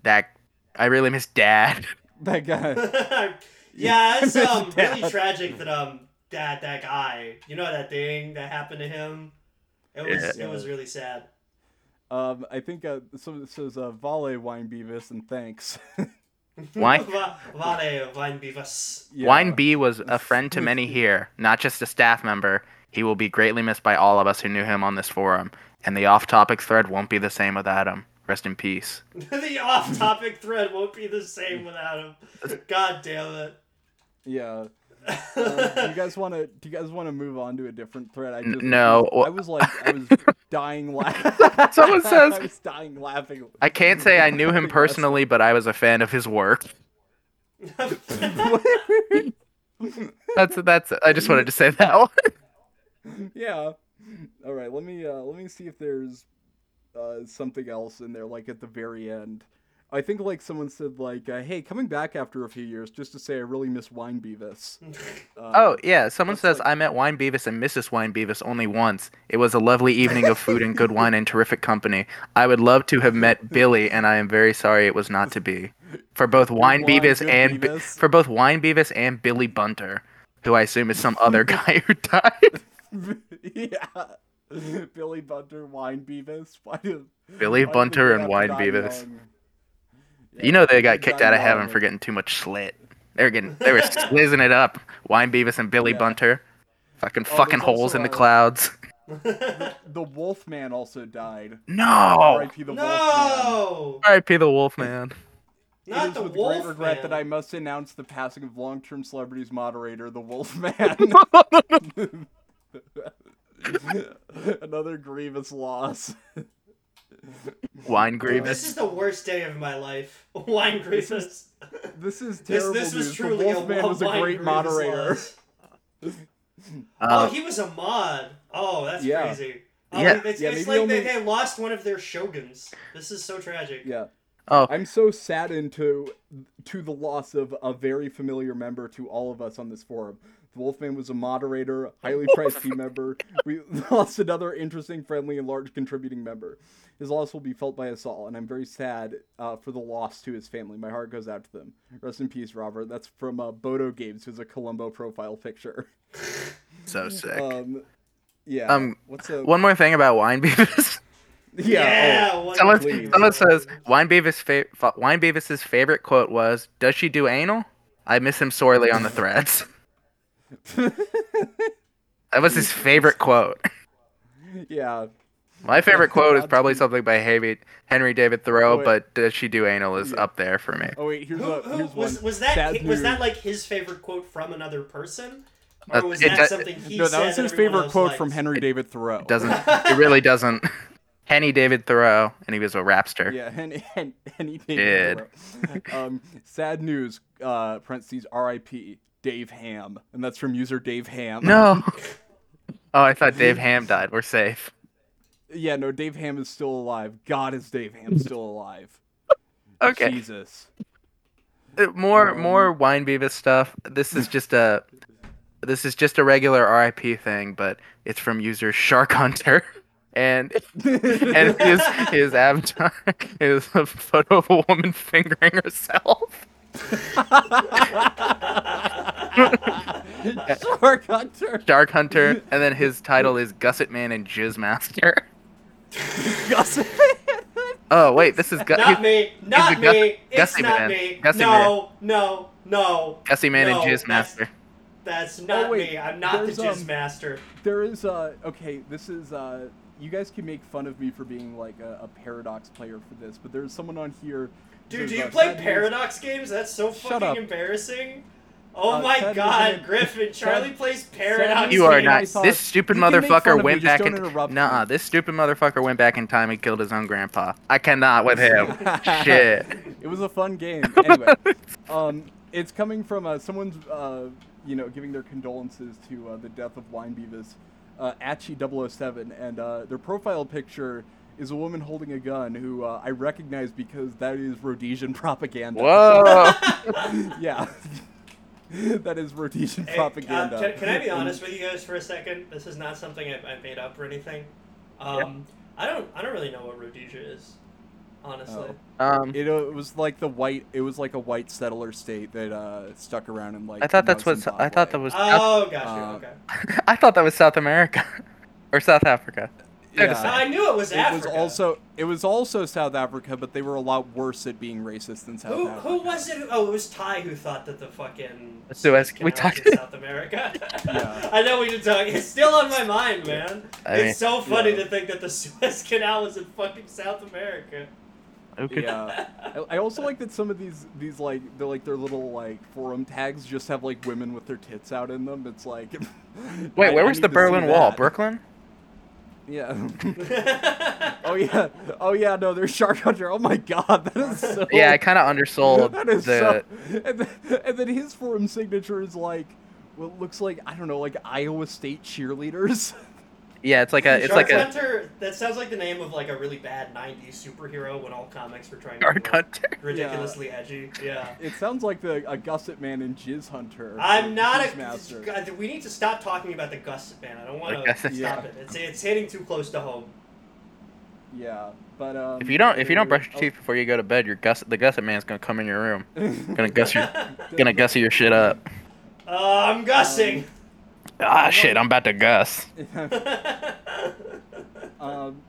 B: that. I really missed Dad.
A: That guy.
C: yeah, it's um, really
A: Dad.
C: tragic that um that that guy, you know that thing that happened to him. It was
A: Yeah.
C: it was really sad.
A: Um, I think uh, someone says uh, "Vale Wine Beavis" and thanks.
B: Why?
C: Va- Vale Vine Beavis.
A: Yeah.
B: Wine B was a friend to many here, not just a staff member. He will be greatly missed by all of us who knew him on this forum, and the off-topic thread won't be the same without him. Rest in peace.
C: the off-topic thread won't be the same without him. God damn it.
A: Yeah. Um, do you guys want to? Do you guys want to move on to a different thread? I just
B: no.
A: I was like, I was dying laughing.
B: Someone
A: I
B: says,
A: was dying laughing.
B: "I can't say I knew him personally, but I was a fan of his work." That's that's. I just wanted to say that one.
A: yeah. All right. Let me uh, let me see if there's uh, something else in there, like at the very end. I think like someone said like, uh, "Hey, coming back after a few years, just to say I really miss Wine Beavis." Uh,
B: Oh yeah, someone
A: That's
B: says I met Wine Beavis and Mrs. Wine Beavis only once. It was a lovely evening of food and good wine and terrific company. I would love to have met Billy, and I am very sorry it was not to be. For both Wine
A: wine,
B: Beavis
A: good
B: and Bi-
A: Beavis.
B: for both Wine Beavis and Billy Bunter, who I assume is some other guy who died.
A: yeah. Billy Bunter, Wine Beavis. Why do
B: Billy
A: why do they
B: Bunter and
A: have
B: Wine
A: Don
B: Beavis.
A: Young?
B: You know they
A: Good
B: got kicked
A: Don
B: out of heaven
A: Young.
B: for getting too much slit. They were getting they were slizzing it up. Wine Beavis and Billy
A: Yeah. Oh,
B: Bunter, fucking
A: there's
B: fucking holes
A: also uh,
B: in the
A: a-
B: clouds.
A: The Wolfman also died.
B: No.
A: R.I.P. The Wolfman.
C: no!
B: R.I.P. the Wolfman.
A: It
C: Not
A: is
C: the
A: with
C: wolf.
A: great regret
C: man.
A: that I must announce the passing of long-term celebrities moderator, the Wolfman. Another grievous loss.
B: Wine
C: This is
B: Grievous.
C: the worst day of my life. Wine Grievous.
A: This is
C: This,
A: terrible
C: this was
A: news.
C: truly
A: the Wolfman
C: a
A: was a
C: Wine
A: great
C: Grievous
A: moderator.
C: loss.
B: Uh,
C: oh, he was a mod. Oh, that's
A: Yeah.
C: crazy. Oh,
B: Yeah.
C: it's,
A: Yeah,
C: it's
A: maybe
C: like they,
A: only-
C: they lost one of their shoguns. This is so tragic.
A: Yeah,
B: oh,
A: I'm so saddened to to the loss of a very familiar member to all of us on this forum. The Wolfman was a moderator, highly prized team member. We lost another interesting, friendly, and large contributing member. His loss will be felt by us all, and I'm very sad uh, for the loss to his family. My heart goes out to them. Rest in peace, Robert. That's from uh, Bodo Games, who's a Columbo profile picture.
B: so sick.
A: Um, yeah.
B: Um,
A: What's a
B: One more thing about Wine Beavis.
A: yeah?
C: one-
B: someone,
A: please.
B: someone says Wine Beavis. Fa- fa- Wine Beavis's favorite quote was, "Does she do anal?" I miss him sorely on the threads. that was his favorite quote.
A: oh, yeah.
B: My favorite quote is
A: Not
B: probably
A: to-
B: something by Henry, Henry David Thoreau,
A: Wait.
B: but "Does she do anal?" is up there for me.
A: Oh wait, here's
C: Who,
A: a
C: who
A: here's
C: was
A: one.
C: was that
A: Sad
C: hi- was
A: news.
C: that like his favorite quote from another person, or
B: Uh,
C: was
B: it
C: that
B: does-
C: something he
A: no,
C: said?
A: that was his
C: everyone
A: favorite
C: else
A: quote
C: liked?
A: from Henry David Thoreau.
B: Doesn't it really doesn't? Henry David Thoreau, and he was a rapster.
A: Yeah, Henry, Hen- Henry David
B: Dead.
A: Thoreau. um, sad news. Uh, parentheses R.I.P. Dave Ham, and that's from user Dave Ham.
B: No. Oh, I thought Dave Ham died. We're safe.
A: Yeah, no, Dave Ham is still alive. God, is Dave Ham still alive?
B: Okay.
A: Jesus.
B: Uh, More
C: Um,
B: more Wine Beavis stuff. This is just a this is just a regular RIP thing, but it's from user Shark Hunter. and and his his avatar is a photo of a woman fingering herself.
A: Shark Hunter.
B: Dark Hunter, and then his title is Gusset Man and Jizz Master.
A: Gus-
B: Oh wait, this is Gu-
C: Not me.
B: he's
C: Not
B: a
C: me.
B: Gus-
C: It's
B: Gussie
C: not
B: man.
C: me.
B: Gussie
C: no, no, no.
B: Gussie Man
C: No,
B: and Jizz Master.
C: That's, that's not
A: Oh, wait,
C: me. I'm not the
A: there's,
C: Jizz
A: um,
C: Master.
A: there is uh okay, this is uh you guys can make fun of me for being like a, a paradox player for this, but there's someone on here.
C: Dude,
A: there's,
C: do you
A: uh,
C: play
A: Thaddeus-
C: Paradox games? That's so
A: Shut
C: fucking
A: up.
C: embarrassing. Oh
A: Uh,
C: my
A: Thaddeus
C: god,
A: and-
C: Griffin, Charlie
A: Thad-
C: plays Paradox
B: You are
C: games.
B: not.
A: I thought-
B: This stupid
A: You can make fun of
B: motherfucker
A: me,
B: went
A: just
B: back
A: don't
B: in.
A: interrupt me.
B: Nah, this stupid motherfucker went back in time and killed his own grandpa. I cannot with him. Shit.
A: It was a fun game. Anyway, um, it's coming from uh, someone's, uh, you know, giving their condolences to uh, the death of Wine Beavis, uh, Achi007, and uh, their profile picture is a woman holding a gun who uh, I recognize because that is Rhodesian propaganda.
B: Whoa. Oh.
A: yeah. that is Rhodesian
C: Hey, uh,
A: propaganda.
C: can, can I be
A: And-
C: honest with you guys for a second? This is not something I, I made up or anything. Um, I don't. I don't really know what Rhodesia is, honestly.
A: Oh.
B: Um,
A: It, uh, it was like the white. It was like a white settler state that uh, stuck around in like.
B: I thought
A: now
B: that's what. I
A: Zimbabwe.
B: thought that was.
C: Oh, gosh. gotcha.
A: Uh,
C: okay.
B: I thought that was South America, or South Africa. they're the
A: Yeah.
C: So I knew it was
A: It was
C: Africa.
A: also it was also South Africa, but they were a lot worse at being racist than South
C: Who,
A: Africa.
C: who was it? Oh, it was Ty who thought that the fucking
B: The Suez-
C: Canal
B: we
C: was
B: talked-
C: in South America.
A: Yeah.
C: I know we did talk. It's still on my mind, man.
B: I
C: it's
B: mean-
C: so funny
A: Yeah.
C: to think that the Suez Canal was in fucking South America.
B: Who could-
A: Yeah, I, I also like that some of these these like they're like their little like forum tags just have like women with their tits out in them. It's like, I-
B: Wait, where
A: I
B: was
A: need
B: the
A: to see
B: Berlin Wall?
A: that.
B: Brooklyn?
A: Yeah. oh yeah. Oh yeah. No, there's Shark Hunter. Oh my God, that is so.
B: Yeah, I kind of undersold
A: Oh. That is
B: the.
A: so. And then, and then his forum signature is like, what looks like I don't know, like Iowa State cheerleaders.
B: Yeah, it's like a. It's
C: Shark
B: like a
C: Hunter. That sounds like the name of like a really bad '90s superhero when all comics were trying
B: Shark
C: to look
B: Hunter.
C: ridiculously edgy. Yeah.
A: It sounds like the a Gusset Man and Jizz Hunter.
C: I'm not
A: Jizz
C: a.
A: master.
C: God, we need to stop talking about the Gusset man. I don't want
B: Like,
C: to stop
B: that's-
A: Yeah.
C: it. It's it's hitting too close to home.
A: Yeah, but um,
B: If you don't, if you don't brush your
A: oh,
B: teeth before you go to bed, your gus, the gusset man's gonna come in your room, gonna guss your, gonna gussy your shit up.
C: Uh, I'm gussing.
B: Ah, shit, I'm about to guss.
A: um,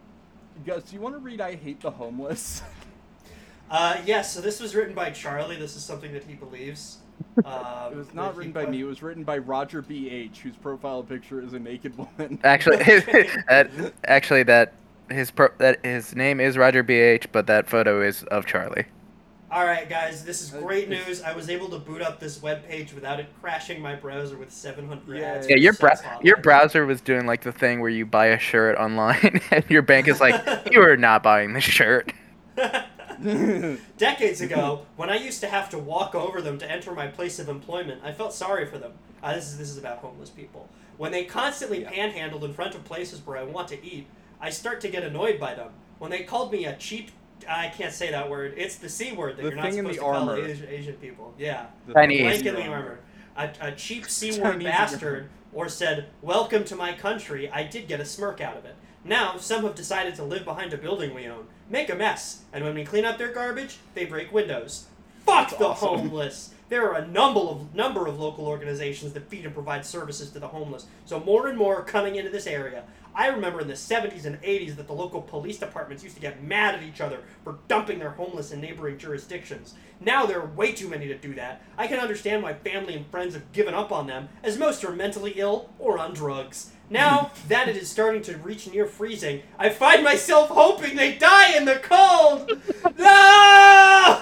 A: Gus, do you want to read "I Hate the Homeless"?
C: uh, yes. So this was written by Charlie. This is something that he believes. Um,
A: It was
C: that
A: not
C: he
A: written by
C: put-
A: me. It was written by Roger B. H., whose profile picture is a naked woman.
B: Actually, that, actually that his pro, that his name is Roger B H, but that photo is of Charlie.
C: All right, guys. This is
A: Uh,
C: great
A: it's-
C: news. I was able to boot up this web page without it crashing my browser with 700
A: Yeah.
C: ads.
B: Yeah,
C: for
B: your
C: sex
B: bra-
C: hotline.
B: your browser was doing like the thing where you buy a shirt online, and your bank is like, you are not buying this shirt.
C: Decades ago, when I used to have to walk over them to enter my place of employment, I felt sorry for them. Uh, this is this is about homeless people. When they constantly
A: Yeah.
C: panhandled in front of places where I want to eat, I start to get annoyed by them. When they called me a cheap, I can't say that word. It's the c word that
A: The
C: you're not
A: thing in the
C: supposed to call
A: armor.
C: Asian, Asian people. Yeah,
A: The
B: Chinese.
A: thing is
C: blank in the
A: wrong.
C: armor. A, a cheap c
A: Chinese
C: word
A: in your
C: bastard,
A: armor.
C: or said "Welcome to my country." I did get a smirk out of it. Now, some have decided to live behind a building we own, make a mess, and when we clean up their garbage, they break windows. Fuck
A: That's
C: the
A: awesome.
C: homeless! There are a number of number of local organizations that feed and provide services to the homeless, so more and more are coming into this area. I remember in the 70s and 80s that the local police departments used to get mad at each other for dumping their homeless in neighboring jurisdictions. Now there are way too many to do that. I can understand why family and friends have given up on them, as most are mentally ill or on drugs. Now that it is starting to reach near freezing, I find myself hoping they die in the cold. No!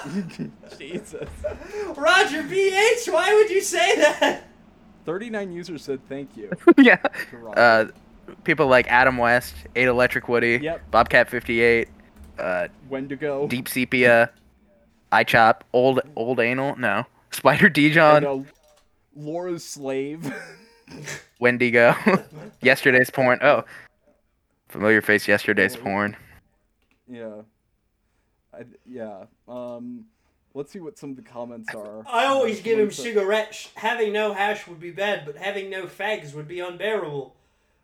A: Jesus.
C: Roger BH, why would you say that?
A: Thirty-nine users said thank you.
B: yeah.
A: to Roger.
B: Uh, people like Adam West, Eight Electric Woody,
A: Yep.
B: Bobcat Fifty Eight, uh,
A: Wendigo.
B: Deep Sepia, I Chop, Old Old Anal, no, Spider
A: and,
B: Dijon,
A: uh, Laura's slave.
B: Wendigo, Yesterday's Porn. Oh, familiar face. Yesterday's
A: Oh.
B: Porn.
A: yeah. I, yeah. Um, let's see what some of the comments are.
C: I always
A: Uh,
C: give him
A: one sec.
C: cigarettes. Having no hash would be bad, but having no fags would be unbearable.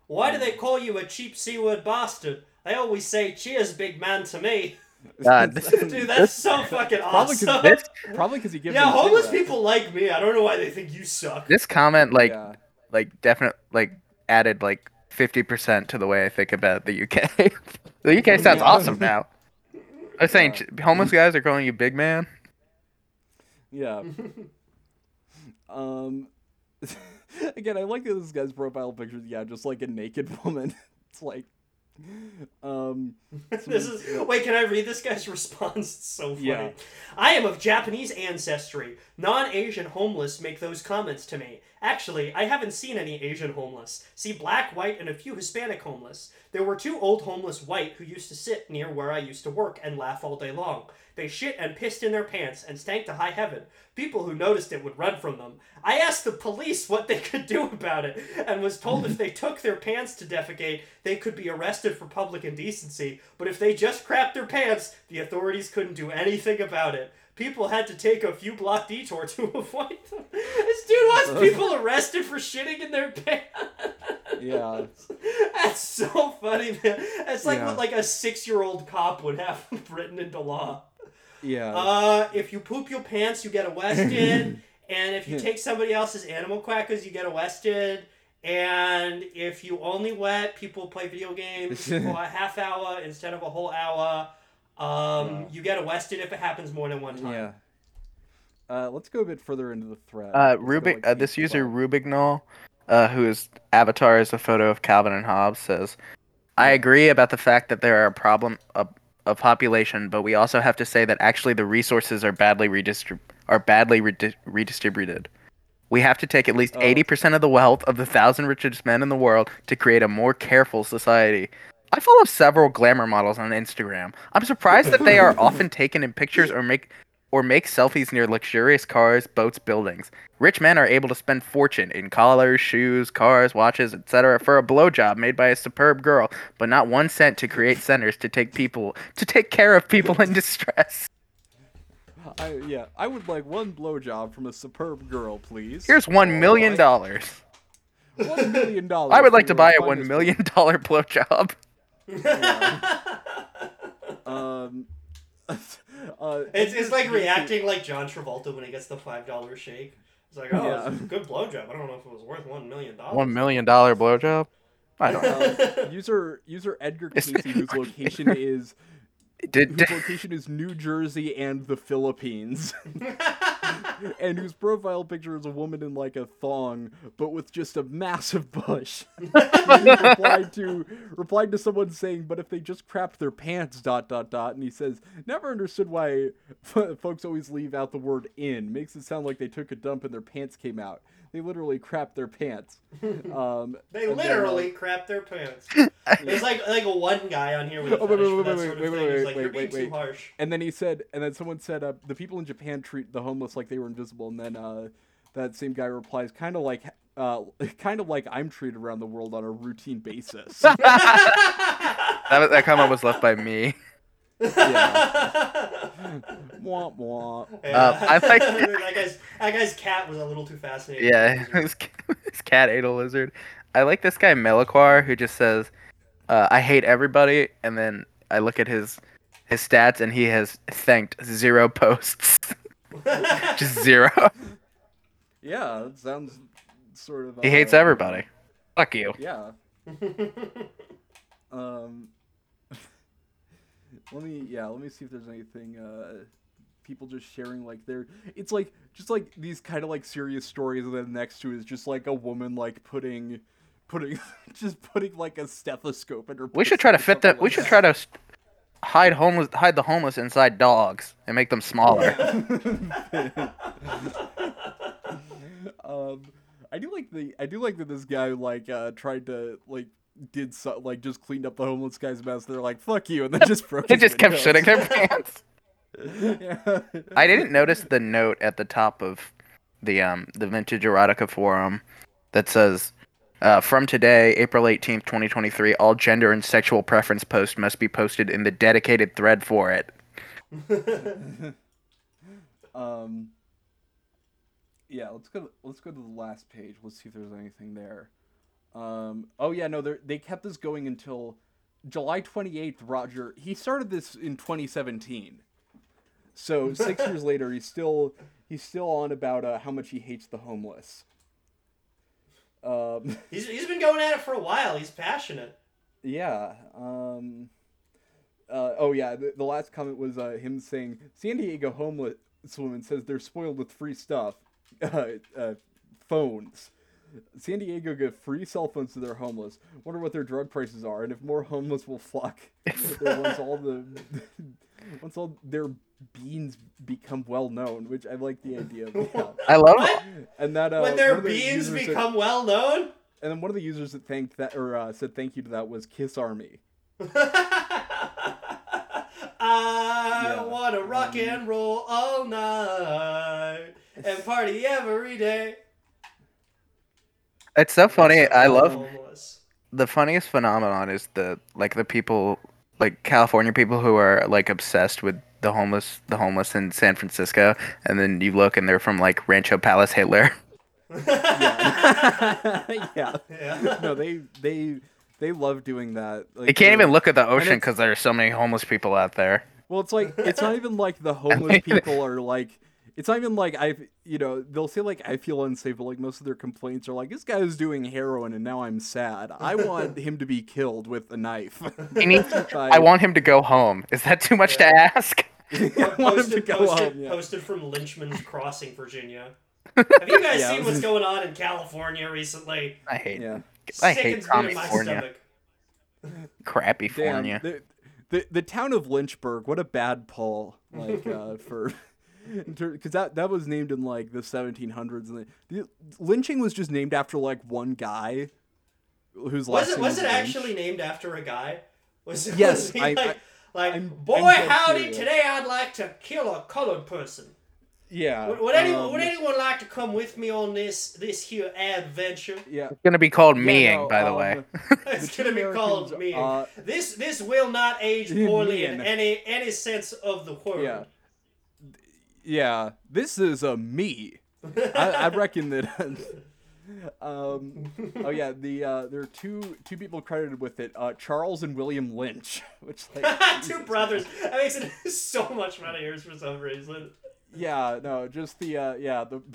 C: Why do they
A: Mm.
C: call you a cheap seaward bastard? They always say, cheers, big man, to me.
B: God, this is-
C: Dude, that's so fucking
A: Probably because
C: awesome.
A: this- probably 'cause he gives.
C: Yeah,
A: them
C: homeless
A: cigarettes.
C: people like me. I don't know why they think you suck.
B: This comment like
A: Yeah.
B: like definite like added like fifty percent to the way I think about the UK. the UK sounds
A: Yeah.
B: awesome now. I was saying ch- homeless guys are calling you big man.
A: Yeah. um, again, I like that this guy's profile picture. Yeah, just like a naked woman. it's like, um,
C: this is wait can i read this guy's response it's so funny
A: Yeah.
C: i am of japanese ancestry non-asian homeless make those comments to me actually i haven't seen any asian homeless see black white and a few hispanic homeless there were two old homeless white who used to sit near where i used to work and laugh all day long they shit and pissed in their pants and stank to high heaven. People who noticed it would run from them. I asked the police what they could do about it and was told if they took their pants to defecate, they could be arrested for public indecency, but if they just crapped their pants, the authorities couldn't do anything about it. People had to take a few block detour to avoid them. This dude wants people arrested for shitting in their pants.
A: yeah,
C: That's so funny, man. That's like
A: Yeah.
C: what like a six-year-old cop would have written into law.
A: yeah.
C: Uh, if you poop your pants, you get arrested. and if you take somebody else's animal crackers, you get arrested. And if you only let people play video games for a half hour instead of a whole hour, um,
A: Yeah.
C: you get arrested if it happens more than one time.
A: yeah. Uh, let's go a bit further into the thread.
B: Uh,
A: Let's go,
B: Rubik,
A: like,
B: uh, this
A: deep
B: user
A: thought.
B: Rubignol, uh, whose avatar is a photo of Calvin and Hobbes, says, "I agree about the fact that there are a problem of, of population, but we also have to say that actually the resources are badly redistrib- are badly redi- redistributed. We have to take at least
A: Oh.
B: eighty percent of the wealth of the thousand richest men in the world to create a more careful society." I follow several glamour models on Instagram. I'm surprised that they are often taken in pictures or make or make selfies near luxurious cars, boats, buildings. Rich men are able to spend fortune in collars, shoes, cars, watches, etc. for a blowjob made by a superb girl, but not one cent to create centers to take people to take care of people in distress.
A: I, yeah, I would like one blowjob from a superb girl, please.
B: Here's one million dollars.
A: One million dollars.
B: I would
A: for
B: like to
A: your
B: buy a
A: finest
B: one million dollar blowjob.
A: Um, uh,
C: It's, it's like reacting like John Travolta when he gets the $5 shake. It's like, oh, it's a good blowjob. I don't know if it was worth $1 million.
B: One million dollar blowjob? I don't know.
A: uh, user user Edgar Casey, whose location is
B: Did,
A: whose
B: did
A: location is New Jersey and the Philippines, and whose profile picture is a woman in like a thong, but with just a massive bush. replied to replied to someone saying, "But if they just crapped their pants, dot dot dot," and he says, "Never understood why f- folks always leave out the word in. Makes it sound like they took a dump and their pants came out. They literally crapped their pants." Um,
C: They
A: and then, uh,
C: literally crap their pants. There's like like one guy on here with a
A: Oh, wait,
C: fetish
A: wait,
C: for that
A: wait,
C: sort
A: wait,
C: of
A: wait,
C: thing. He's
A: wait,
C: like,
A: wait,
C: you're being
A: wait,
C: too
A: wait.
C: harsh.
A: And then he said, and then someone said, uh, the people in Japan treat the homeless like they were invisible. And then uh, that same guy replies, kind of like, uh, kind of like I'm treated around the world on a routine basis.
B: that, was- that comment was left by me.
A: Mwah, mwah.
B: Uh, I like-
C: that guy's that guy's cat was a little too fascinating.
B: Yeah, this ca- this cat ate a lizard. I like this guy Meliquar who just says, uh, "I hate everybody," and then I look at his his stats, and he has thanked zero posts, just zero.
A: Yeah, that sounds sort of.
B: he hates
A: uh,
B: everybody. Fuck you.
A: Yeah. Um, let me yeah, let me see if there's anything uh, people just sharing like their it's like just like these kind of like serious stories, and then next to is just like a woman like putting putting just putting like a stethoscope in her.
B: We
A: pussy
B: should try to
A: or
B: fit
A: something
B: that. We
A: like
B: should try to s- hide homeless, hide the homeless inside dogs and make them smaller.
A: um, I do like the I do like that this guy like uh tried to like did so, like just cleaned up the homeless guy's mess. They're like fuck you, and then just broke.
B: They
A: his
B: just kept shitting
A: windows.
B: their pants.
A: yeah.
B: I didn't notice the note at the top of the um the Vintage Erotica forum that says uh, from today, April 18th, 2023, all gender and sexual preference posts must be posted in the dedicated thread for it.
A: Um. Yeah, let's go. Let's go to the last page. Let's see if there's anything there. Um, oh yeah, no, they're- they kept this going until July 28th. Roger he started this in 2017, so six years later he's still he's still on about uh, how much he hates the homeless. Um,
C: He's, he's been going at it for a while. He's passionate.
A: yeah. Um, uh, oh yeah, the, the last comment was uh, him saying San Diego homeless woman says they're spoiled with free stuff, uh, uh, phones. San Diego give free cell phones to their homeless. Wonder what their drug prices are, and if more homeless will flock there once all the once all their beans become well known, which I like the idea of. Yeah.
B: I love
C: What?
A: And that uh,
C: when their
A: one of the
C: beans
A: users said-
C: become well known?
A: and then one of the users that thanked that or uh, said thank you to that was Kiss Army.
C: I
A: Yeah,
C: wanna rock and roll all night and party every day.
B: It's so funny. I love
C: Homeless.
B: the funniest phenomenon is the like the people like California people who are like obsessed with the homeless the homeless in San Francisco and then you look and they're from like Rancho Palos Hitler.
A: yeah.
C: Yeah.
A: No, they they they love doing that. Like,
B: They can't even look at the
A: it's-
B: ocean cuz there are so many homeless people out there.
A: Well, it's like it's not even like the homeless people are like. It's not even like I, you know, they'll say like I feel unsafe, but like most of their complaints are like this guy was doing heroin and now I'm sad. I want him to be killed with a knife.
B: He needs-
A: By-
B: I want him to go home. Is that too much to ask?
A: I want him to
C: posted,
A: go
C: posted,
A: home. Yeah.
C: posted from Lynchman's Crossing, Virginia. Have you guys
A: Yeah.
C: seen what's going on in California recently?
B: I hate
A: yeah.
B: I hate
C: Sickens me to my
B: California.
C: stomach.
B: Crappy
A: Damn,
B: California.
A: the, the the town of Lynchburg, what a bad pull, like uh, for because that that was named in like the 1700s, and the, the lynching was just named after like one guy, whose last
C: Was it
A: name
C: was it
A: Lynch.
C: actually named after a guy? Was it
A: Yes,
C: was he
A: I-
C: like,
A: I-
C: like
A: I'm-
C: boy
A: I'm dead
C: howdy
A: serious."
C: today I'd like to kill a colored person.
A: Yeah.
C: Would, would, anyone,
A: um,
C: would anyone like to come with me on this this here adventure?
A: Yeah.
B: It's going to be called
A: Yeah,
B: meeing
A: no,
B: by the
A: um,
B: way.
C: It's
A: two
C: gonna be called
A: Americans,
C: me.
A: uh,
C: this this will not age poorly in
A: mean.
C: any any sense of the word.
A: Yeah. Yeah. This is a me. I, I reckon that. um, oh yeah, the uh, there are two two people credited with it, uh, Charles and William Lynch, which like
C: Two brothers. That makes it so much funnier for some reason.
A: Yeah, no, just the uh, yeah the.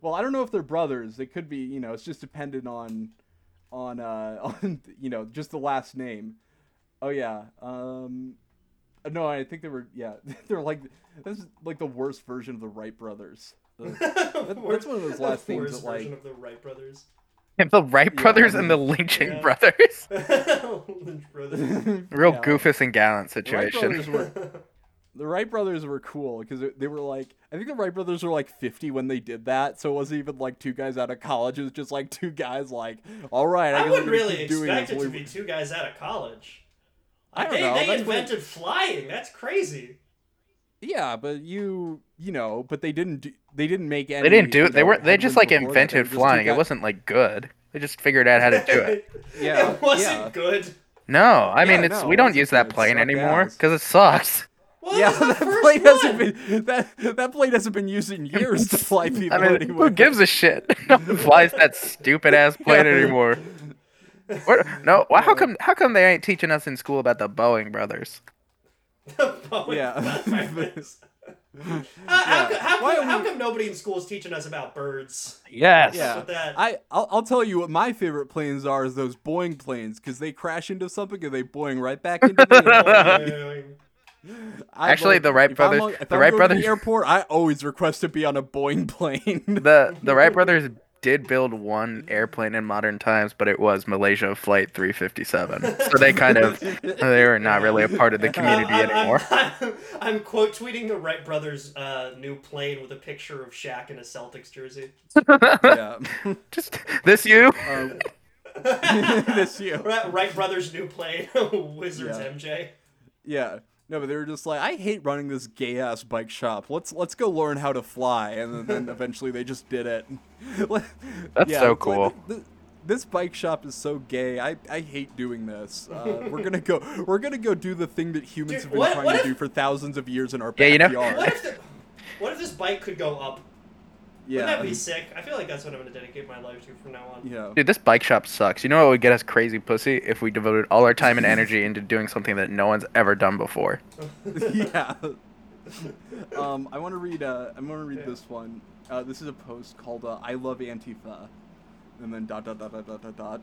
A: Well, I don't know if they're brothers. They could be. You know, it's just dependent on, on uh, on you know just the last name. Oh yeah. Um, no, I think they were. Yeah, they're like this is like the worst version of the Wright brothers. Ugh. that's one of those
C: The
A: last things
C: worst
A: that, like-
C: version of the Wright brothers.
B: And the Wright brothers and the Lynching brothers.
C: Lynch brothers.
B: Real
A: Yeah.
B: goofus and gallant
A: The Wright
B: situation.
A: brothers were. The Wright brothers were cool because they were like I think the Wright brothers were like 50 when they did that, so it wasn't even like two guys out of college. It was just like two guys like, all right, I,
C: I
A: guess
C: wouldn't
A: we're gonna
C: really
A: keep doing
C: expect
A: this
C: it to
A: we-
C: be two guys out of college.
A: I don't
C: they,
A: know,
C: They
A: that's
C: invented flying. That's crazy.
A: Yeah, but you you know, but they didn't do, they didn't make any.
B: They didn't do it. They
A: you know,
B: were they just
A: headway
B: like
A: before that. They
B: invented
A: just took
B: flying. It
A: that-
B: wasn't like good. They just figured out how to do it.
A: Yeah,
C: it wasn't
A: yeah.
C: good.
B: No, I mean
A: Yeah,
B: it's
A: no,
B: we
A: it
B: don't
A: wasn't
B: use that
A: good. It
B: plane
A: sucked
B: anymore
A: ass.
B: because it sucks.
C: Well,
A: Yeah,
C: that was
A: that
C: the first
A: plane
C: one.
A: hasn't been that that plane hasn't been used in years to fly people
B: I mean,
A: anyway.
B: who gives a shit? No one flies that stupid ass plane anymore. Where, no, why, how come how come they ain't teaching us in school about the Boeing brothers?
C: Boeing
A: Yeah.
C: Not my friends. how, how,
A: Yeah.
C: co- how,
A: Why
C: co-
A: are
C: how
A: we-
C: come nobody in school is teaching us about birds?
B: Yes.
A: Yeah,
C: with that.
A: I I'll, I'll tell you what my favorite planes are is those Boeing planes because they crash into something and they boing right back into the.
C: Boeing.
A: I
B: Actually,
A: love-
B: the Wright
A: if I'm
B: brothers-
A: on- if
B: the
A: I'm going
B: Wright
A: to
B: brothers-
A: The airport. I always request to be on a Boeing plane.
B: The the Wright brothers did build one airplane in modern times, but it was Malaysia Flight 357. So they kind of they were not really a part of the
C: I'm,
B: community
C: I'm,
B: anymore.
C: I'm, I'm, I'm quote tweeting the Wright brothers' uh, new plane with a picture of Shaq in a Celtics jersey.
A: yeah,
B: Just this you?
A: Um, this year.
C: Wright, Wright brothers' new plane, Wizards
A: Yeah.
C: MJ.
A: Yeah. No, but they were just like, I hate running this gay ass bike shop. Let's let's go learn how to fly, and then, then eventually they just did it. Let-
B: That's
A: yeah,
B: so
A: it's like,
B: cool.
A: th- th- this bike shop is so gay. I, I hate doing this. Uh, we're gonna go. We're gonna go do the thing that humans
C: Dude,
A: have been
C: what-
A: trying
C: what
A: to
C: if-
A: do for thousands of years in our
B: Yeah, you know-
A: backyard.
C: What if the, what if this bike could go up?
A: Yeah.
C: Wouldn't that be sick? I feel like that's what I'm going to dedicate my life to from now on.
A: yeah.
B: Dude, this bike shop sucks. You know what would get us crazy pussy if we devoted all our time and energy into doing something that no one's ever done before.
A: yeah. um, I want to read. Uh, I'm going to read
C: Yeah.
A: this one. Uh, this is a post called uh, "I Love Antifa," and then dot dot dot dot dot dot dot.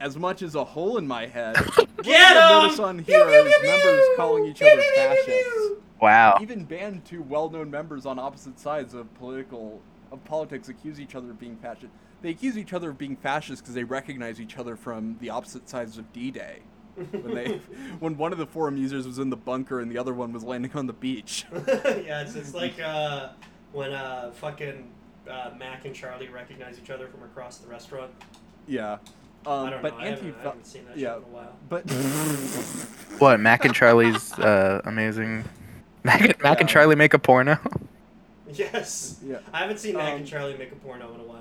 A: As much as a hole in my head.
C: Get
A: I
C: him!
A: notice on here is members calling each other fascists.
B: Wow.
A: Even banned two well-known members on opposite sides of political of politics accuse each other of being fascist. They accuse each other of being fascist because they recognize each other from the opposite sides of D-Day. When they, when one of the forum users was in the bunker and the other one was landing on the beach.
C: yeah, it's, it's like uh, when uh, fucking uh, Mac and Charlie recognize each other from across the restaurant.
A: Yeah, um,
C: I don't
A: but
C: know. I haven't, I
A: Antifa.
C: haven't seen that
A: yeah,
C: shit in a while.
A: but
B: What, Mac and Charlie's uh, amazing. Mac, and- Mac and
A: Yeah.
B: Charlie make a porno?
C: Yes.
A: Yeah.
C: I haven't seen Mac
A: Um,
C: and Charlie make a porno in a while.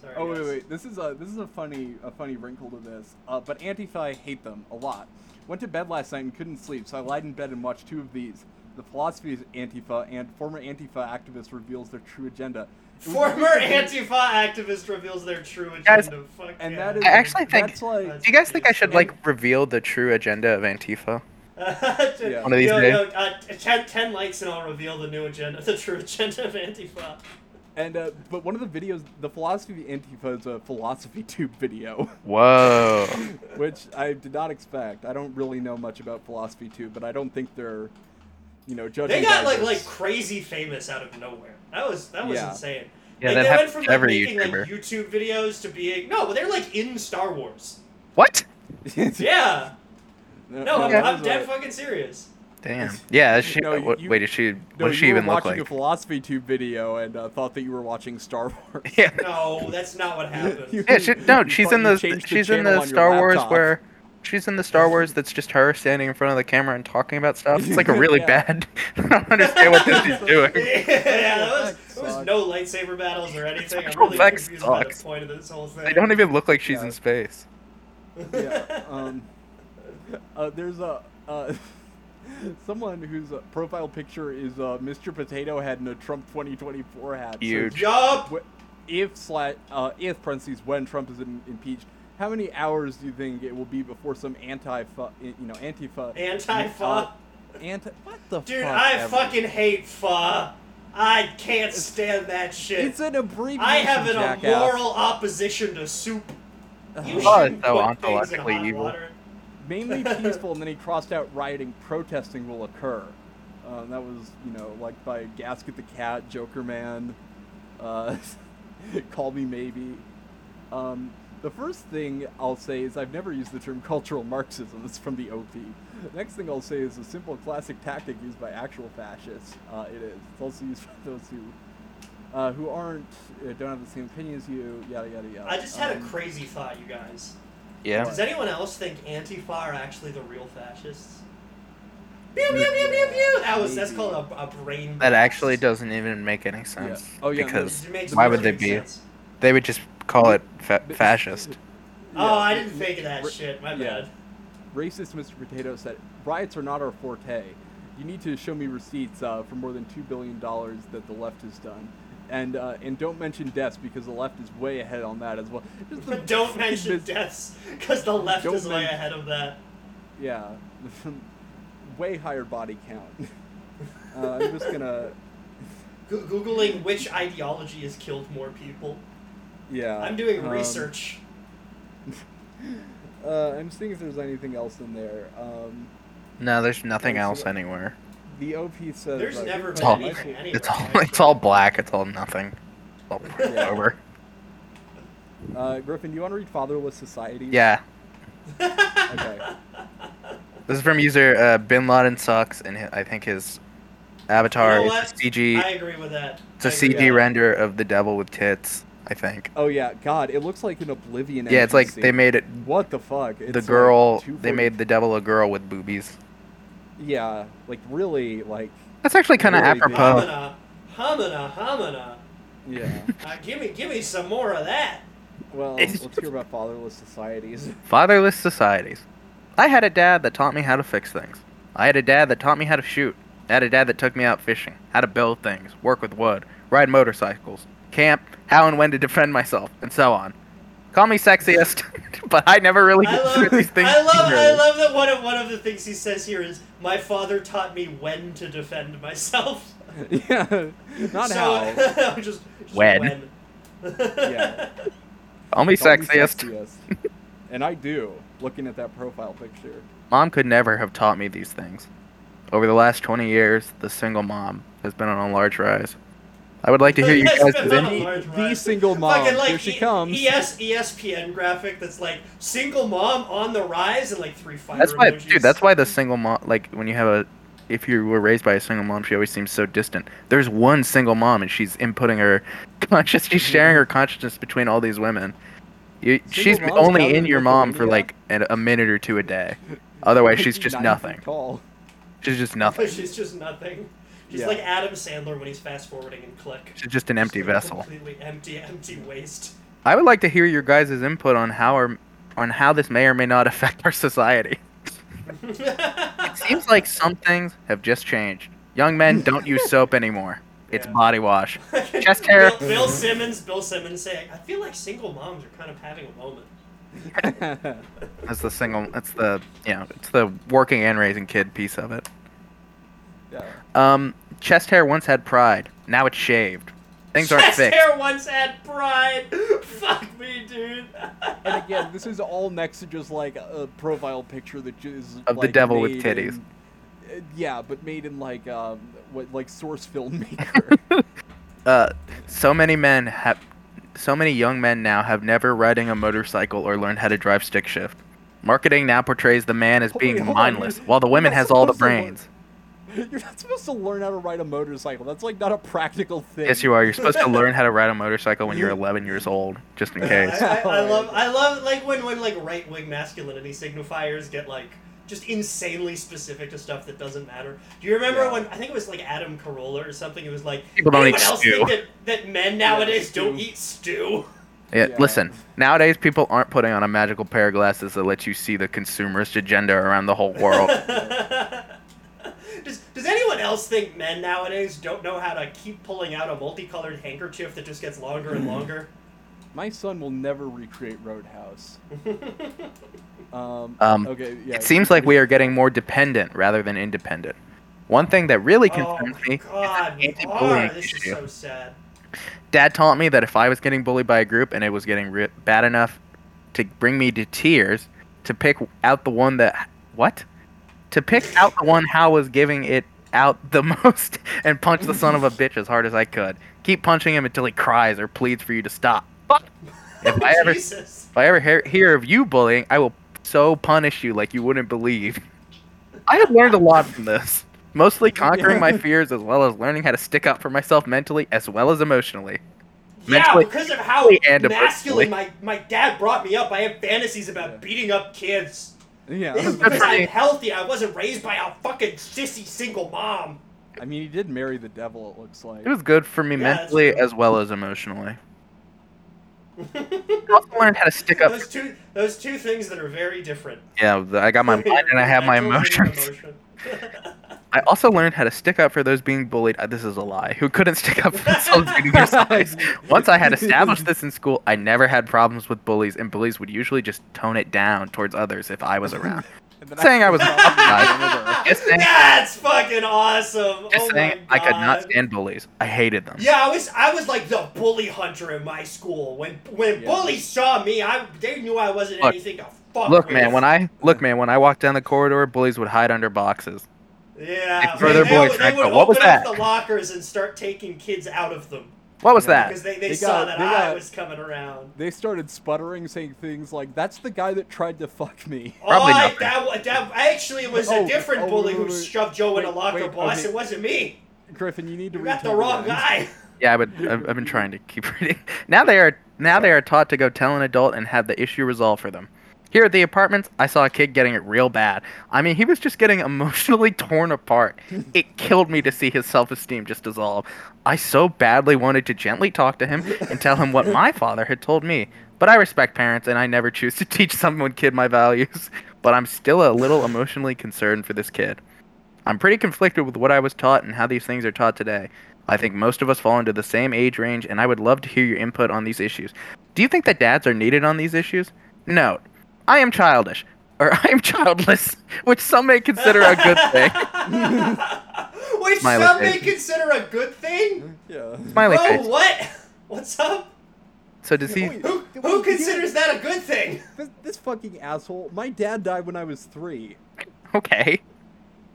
C: Sorry.
A: Oh wait,
C: guys.
A: wait. This is a this is a funny a funny wrinkle to this. Uh, but Antifa, I hate them a lot. Went to bed last night and couldn't sleep, so I lied in bed and watched two of these. The philosophy of Antifa and former Antifa activist reveals their true agenda. It was-
C: Former Antifa activist reveals their true agenda.
B: Guys,
C: Fuck
A: and
C: yeah.
A: that is
B: I actually think-
A: that's like
B: Do you guys think I should, like, reveal the true agenda of Antifa?
C: yeah.
B: One of these
C: yo,
B: days.
C: yo, uh, ten, 10 likes and I'll reveal the new agenda, the true agenda of Antifa.
A: and uh, but one of the videos, the philosophy of Antifa is a philosophy tube video.
B: Whoa.
A: which I did not expect. I don't really know much about philosophy too, but I don't think they're, you know, judging.
C: They got
A: by
C: like like
A: this.
C: crazy famous out of nowhere. That was that was
A: Yeah.
C: insane.
B: Yeah, that
C: like, they went
B: happens
C: from
B: to
C: like,
B: every
C: making like
B: YouTuber.
C: YouTube videos to being no, but they're like in Star Wars.
B: What?
C: Yeah. No, I'm,
B: Yeah.
C: I'm
A: that
C: dead
A: was a-
C: fucking serious.
B: Damn. Yeah, she,
A: No,
B: what-
A: you-
B: wait, did she,
A: No,
B: what does she
A: you were
B: even look
A: watching
B: like?
A: a philosophy tube video and uh, thought that you were watching Star Wars.
B: yeah.
C: No, that's not what happened.
A: You-
B: Yeah, she, no,
A: You
B: she's
A: thought
B: in
A: you
B: the
A: changed the
B: she's in
A: channel
B: the
A: on your
B: Star Wars
A: laptop.
B: where she's in the Star Wars that's just her standing in front of the camera and talking about stuff. It's like a really
A: Yeah.
B: bad. I don't understand what this is doing.
C: yeah, that was, there was
A: Sucks.
C: no lightsaber battles or anything. I'm
B: Special
C: really
B: effects
C: confused by
B: sucks.
C: the point of this whole thing.
B: They don't even look like she's
A: Yeah.
B: in space.
A: yeah. Um, uh, there's a uh, someone whose uh, profile picture is uh, Mr. Potato Head in a Trump 2024 hat. So
B: Huge.
C: Yup.
A: wh- if slash uh, if parentheses when Trump is in, impeached, how many hours do you think it will be before some anti you know antifa
C: Antifa.
A: anti what the
C: Dude,
A: fuck
C: I
A: ever.
C: fucking hate pho. I can't stand that shit.
A: it's an abbreviation.
C: I have an
A: jackass.
C: immoral opposition to soup.
B: Pho
C: You
B: is
C: shouldn't
B: so
C: put things in
B: ontologically
C: hot
B: evil.
C: water.
A: mainly peaceful, and then he crossed out rioting, protesting will occur. Um, that was, you know, like by Gasket the Cat, Joker Man, uh, Call Me Maybe. Um, the first thing I'll say is I've never used the term cultural Marxism. It's from the OP. Next thing I'll say is a simple classic tactic used by actual fascists. Uh, it is. It's also used by those who uh, who aren't uh, don't have the same opinion as you. Yada yada yada.
C: I just had a
A: Um,
C: crazy thought, you guys.
B: Yeah.
C: Does anyone else think Antifa are actually the real fascists? Pew,
A: Yeah.
C: pew, pew, pew, pew. That was that's
A: Maybe.
C: called a, a brain.
B: That
C: blast.
B: actually doesn't even make any sense.
A: Oh, yeah, no,
B: Because
C: It makes
B: why would they
C: perfect
B: be?
C: sense.
B: They would just call it fa-
A: But-
B: fascist.
C: Oh,
A: Yeah.
C: I didn't think of that
A: Re-
C: shit. My
A: yeah.
C: bad.
A: Racist Mr. Potato said, riots are not our forte. You need to show me receipts uh, for more than $2 billion that the left has done. And, uh, and don't mention deaths because the left is way ahead on that as well. Just the
C: Don't
A: fucking
C: mention
A: mis-
C: deaths, because the left
A: Don't
C: is way
A: men-
C: ahead of that.
A: Yeah. way higher body count. Uh, I'm just gonna.
C: Goo- Googling which ideology has killed more people.
A: Yeah.
C: I'm doing
A: um,
C: research.
A: Uh, I'm seeing if there's anything else in there. Um,
B: No, there's nothing
A: Yeah, so
B: else
A: that-
B: anywhere.
A: the OP says.
C: There's
A: uh,
C: never
A: here's
C: been
A: my
B: anything
A: Michael-
C: anywhere.
B: It's all
C: right.
B: it's all black. It's all nothing. It's all
C: Yeah.
B: over.
A: Uh, Griffin, do you want to read Fatherless Society?
B: Yeah.
A: Okay.
B: This is from user uh, Bin Laden sucks, and hi- I think his avatar
C: You know
B: is
C: what?
B: a CG.
C: I agree with that.
B: It's a
C: I agree
B: CG
C: with that.
B: render of the devil with tits, I think.
A: Oh yeah, God, it looks like an Oblivion.
B: Yeah, it's like
A: NPC.
B: they made it
A: What the fuck? It's
B: the
A: like
B: girl.
A: two
B: they made the devil a girl with boobies.
A: forty- Yeah, like really, like
B: That's actually kind of
A: Really big.
B: apropos.
C: Hamina, hamina, hamina.
A: yeah.
C: Uh, give me, give me some more of that.
A: Well,
B: It's-
A: let's hear about fatherless societies.
B: Fatherless societies. I had a dad that taught me how to fix things. I had a dad that taught me how to shoot. I had a dad that took me out fishing, how to build things, work with wood, ride motorcycles. camp, how and when to defend myself, and so on. Call me sexiest, but I never really
C: I
B: consider
C: love,
B: these things.
C: I love, I
B: serious.
C: love that one of one of the things he says here is, "My father taught me when to defend myself."
A: yeah, not
C: so,
A: how.
C: I'm just, just
B: When.
C: when.
A: Yeah.
B: Call me
A: Call me
B: sexiest.
A: sexiest. and I do. Looking at that profile picture.
B: Mom could never have taught me these things. Over the last 20 years, the single mom has been on a large rise. I would like to hear you
C: Yes,
B: guys.
C: but
B: did
C: not
B: any-
C: a large
A: The
C: rise.
A: single mom.
C: Fucking like
A: Here she
C: E-
A: comes.
C: ES, ESPN graphic that's like single mom on the rise and like three fire
B: That's why,
C: emojis.
B: dude. That's why the single mom, like when you have a, if you were raised by a single mom, she always seems so distant. There's one single mom, and she's inputting her conscious, she's sharing her consciousness between all these women. You, she's
A: moms
B: only
A: gathered
B: in
A: in
B: your mom for
A: Lithuania?
B: like a, a minute or two a day. Otherwise, she's just
A: Not
B: nothing.
A: Call.
B: She's just nothing.
C: She's just nothing. She's
A: Yeah.
C: like Adam Sandler when he's fast forwarding and click.
B: She's just an empty
C: Just, like,
B: vessel.
C: Completely empty, empty waste.
B: I would like to hear your guys' input on how our, on how this may or may not affect our society. Seems like some things have just changed. Young men don't use soap anymore. It's
C: Yeah.
B: body wash. Chest hair.
C: Bill, Bill Simmons, Bill Simmons saying, I feel like single moms are kind of having a moment.
B: That's the single. That's the you know. It's the working and raising kid piece of it.
A: yeah.
B: Um, chest hair once had pride. Now it's shaved. Things aren't
C: Chest
B: fixed.
C: hair once had pride. Fuck me, dude.
A: And again, this is all next to just like a profile picture that is
B: Of the
A: like,
B: devil with
A: made
B: titties.
A: in- uh, yeah, but made in like um, what like source filmmaker.
B: Uh, so many men have. So many young men now have never riding a motorcycle or learned how to drive stick shift. Marketing now portrays the man as
A: Hold
B: being
A: on, hold on,
B: mindless,
A: you're-
B: while the
A: you're
B: women
A: not
B: has all the
A: supposed to learn-
B: brains.
A: You're not supposed to learn how to ride a motorcycle. That's like not a practical thing.
B: Yes, you are. You're supposed to learn how to ride a motorcycle when you're 11 years old, just in case.
C: I, I- I love, I love like when when like right wing masculinity signifiers get like just insanely specific to stuff that doesn't matter. Do you remember
A: Yeah.
C: when I think it was like Adam Carolla or something? It was like
B: People don't
C: anyone
B: eat
C: else
B: stew."
C: think that, that men nowadays don't
A: stew.
C: eat stew.
B: Yeah,
A: Yeah.
B: listen. Nowadays, people aren't putting on a magical pair of glasses that lets you see the consumerist agenda around the whole world.
C: does, does anyone else think men nowadays don't know how to keep pulling out a multicolored handkerchief that just gets longer and longer?
A: My son will never recreate Roadhouse. Um,
B: Um,
A: okay. Yeah.
B: it seems like we are getting more dependent rather than independent. One thing that really
C: oh
B: concerns
C: my
B: me
C: god,
B: is
C: we
B: the
C: are.
B: bullying
C: This is
B: issue.
C: so sad.
B: Dad taught me that if I was getting bullied by a group and it was getting ri bad enough to bring me to tears, to pick out the one that what? To pick out the one how was giving it out the most and punch the son of a bitch as hard as I could. Keep punching him until he cries or pleads for you to stop. Fuck. If I ever if
C: Jesus.
B: I ever hear, hear of you bullying, I will so punish you like you wouldn't believe. I have learned a lot from this. Mostly conquering my fears as well as learning how to stick up for myself mentally as well as emotionally. Mentally-
C: yeah, because of how
B: mentally and
C: masculine my, my dad brought me up, I have fantasies about
A: Yeah.
C: beating up kids. This is
A: Yeah.
C: because
B: for me.
C: I'm healthy. I wasn't raised by a fucking sissy single mom.
A: I mean, he did marry the devil. It looks like.
B: It was good for me
C: Yeah, that's
B: mentally
C: true.
B: as well as emotionally. I also learned how to stick up.
C: Those two, those two things that are very different.
B: Yeah, I got my mind and I have my
C: Mental and
B: emotions.
C: emotion.
B: I also learned how to stick up for those being bullied. uh, This is a lie. Who couldn't stick up for themselves due to their size. Once I had established this in school, I never had problems with bullies, and bullies would usually just tone it down towards others if I was around.
A: And then
B: saying I was
A: forgot
B: wrong.
A: about the
B: Just saying-
C: That's fucking awesome.
B: Just
C: oh
B: saying,
C: my
B: I
C: God.
B: could not stand bullies. I hated them.
C: Yeah, I was I was like the bully hunter in my school. When when
A: Yeah.
C: bullies saw me, I they knew I wasn't
B: Look-
C: anything to fuck
B: Look,
C: with.
B: man, when I look, man, when I walked down the corridor, bullies would hide under boxes.
C: yeah,
B: They throw their
C: they, would-
B: voice,
C: they
B: right?
C: would
B: But what was
C: open up
B: that?
C: the lockers and start taking kids out of them
B: What was
A: Yeah.
B: that?
C: because they, they,
A: They
C: saw
A: got-
C: that
A: they
C: I
A: got-
C: was coming around.
A: They started sputtering, saying things like, "That's the guy that tried to fuck me."
B: Probably
C: oh, I,
B: nothing.
C: that, wa- that actually it was a
A: Oh,
C: different
A: oh,
C: bully
A: wait,
C: who
A: wait, wait.
C: shoved Joe in a
A: Wait,
C: locker,
A: wait,
C: boss.
A: okay.
C: It wasn't me.
A: Griffin, you need to
C: You
A: read
C: got the wrong guy.
B: Yeah, but I've, I've been trying to keep reading. Now they are now they are taught to go tell an adult and have the issue resolved for them. Here at the apartments, I saw a kid getting it real bad. I mean, he was just getting emotionally torn apart. It killed me to see his self-esteem just dissolve. I so badly wanted to gently talk to him and tell him what my father had told me. But I respect parents and I never choose to teach someone kid my values, but I'm still a little emotionally concerned for this kid. I'm pretty conflicted with what I was taught and how these things are taught today. I think most of us fall into the same age range, and I would love to hear your input on these issues. Do you think that dads are needed on these issues? No. I am childish, or I am childless, which some may consider a good thing.
C: Which
B: Smiley
C: some may
B: face.
C: consider a good thing?
A: Yeah.
B: Smiley
C: oh,
B: face.
C: what? What's up?
B: So does he?
A: Oh,
C: Who, who considers that a good thing?
A: This, this fucking asshole. My dad died when I was three.
B: Okay.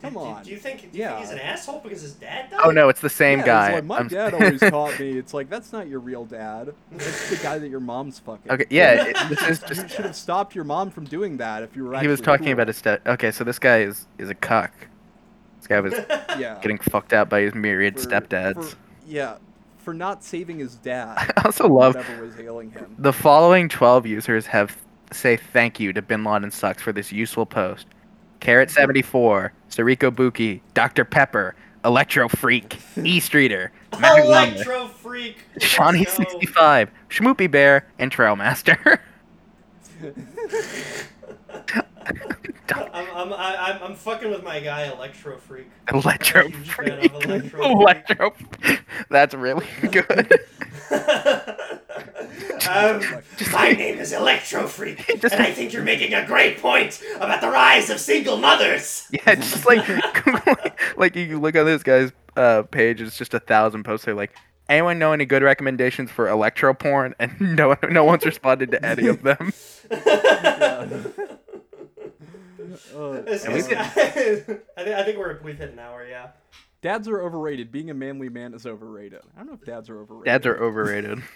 A: Come
C: Do-
A: on.
C: Do, you think, do you
A: Yeah.
C: think he's an asshole because his dad died?
B: Oh no, it's the same
A: Yeah, it's
B: guy.
A: like, my
B: I'm-
A: dad always taught me. It's like that's not your real dad. That's the guy that your mom's fucking.
B: okay. Yeah. It, this is
A: You
B: just.
A: should have stopped your mom from doing that if you were.
B: He was
A: actually
B: talking
A: cool.
B: about his step. Okay, so this guy is is a cuck. This guy was
A: yeah.
B: getting fucked out by his myriad
A: for-
B: stepdads.
A: for- yeah, for not saving his dad.
B: I also
A: or
B: love
A: whatever was ailing him.
B: The following 12 users have say thank you to Bin Laden Sucks for this useful post. Carrot74, Sariko Buki, Dr. Pepper, Electro Freak, E Streeter, Magic Llama,
C: Electro freak. Let's go.
B: Shawnee65, Schmoopy Bear, and Trailmaster.
C: I'm, I'm, I- I'm, I'm fucking with my guy, Electro freak.
B: Electro
C: I'm a huge fan
B: Freak.
C: of Electro
B: Electro. That's really good.
C: um, my name is Electro Freak, and I think you're making a great point about the rise of single mothers.
B: Yeah, it's just like like you look on this guy's uh, page, it's just a thousand posts. They're like, anyone know any good recommendations for electro porn? And no one, no one's responded to any of them.
A: Uh,
C: This
A: uh,
C: is- I, think, I think we're, we've hit an hour, yeah.
A: dads are overrated. Being a manly man is overrated. I don't know if dads are overrated.
B: Dads are overrated.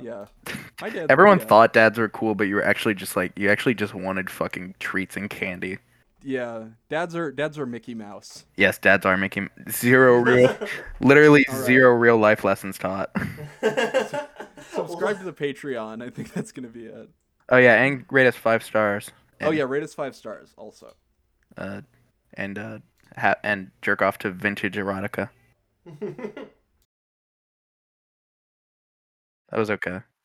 A: Yeah. My dad.
B: Everyone
A: yeah.
B: thought dads were cool, but you were actually just like you actually just wanted fucking treats and candy.
A: Yeah, dads are dads are Mickey Mouse.
B: Yes, dads are making zero real, literally
A: All right.
B: zero real life lessons taught.
A: Subscribe to the Patreon. I think that's gonna be it.
B: Oh yeah, and rate us five stars.
A: Oh
B: and,
A: yeah, rate us five stars. Also,
B: uh, and uh, ha- and jerk off to vintage erotica. That was okay.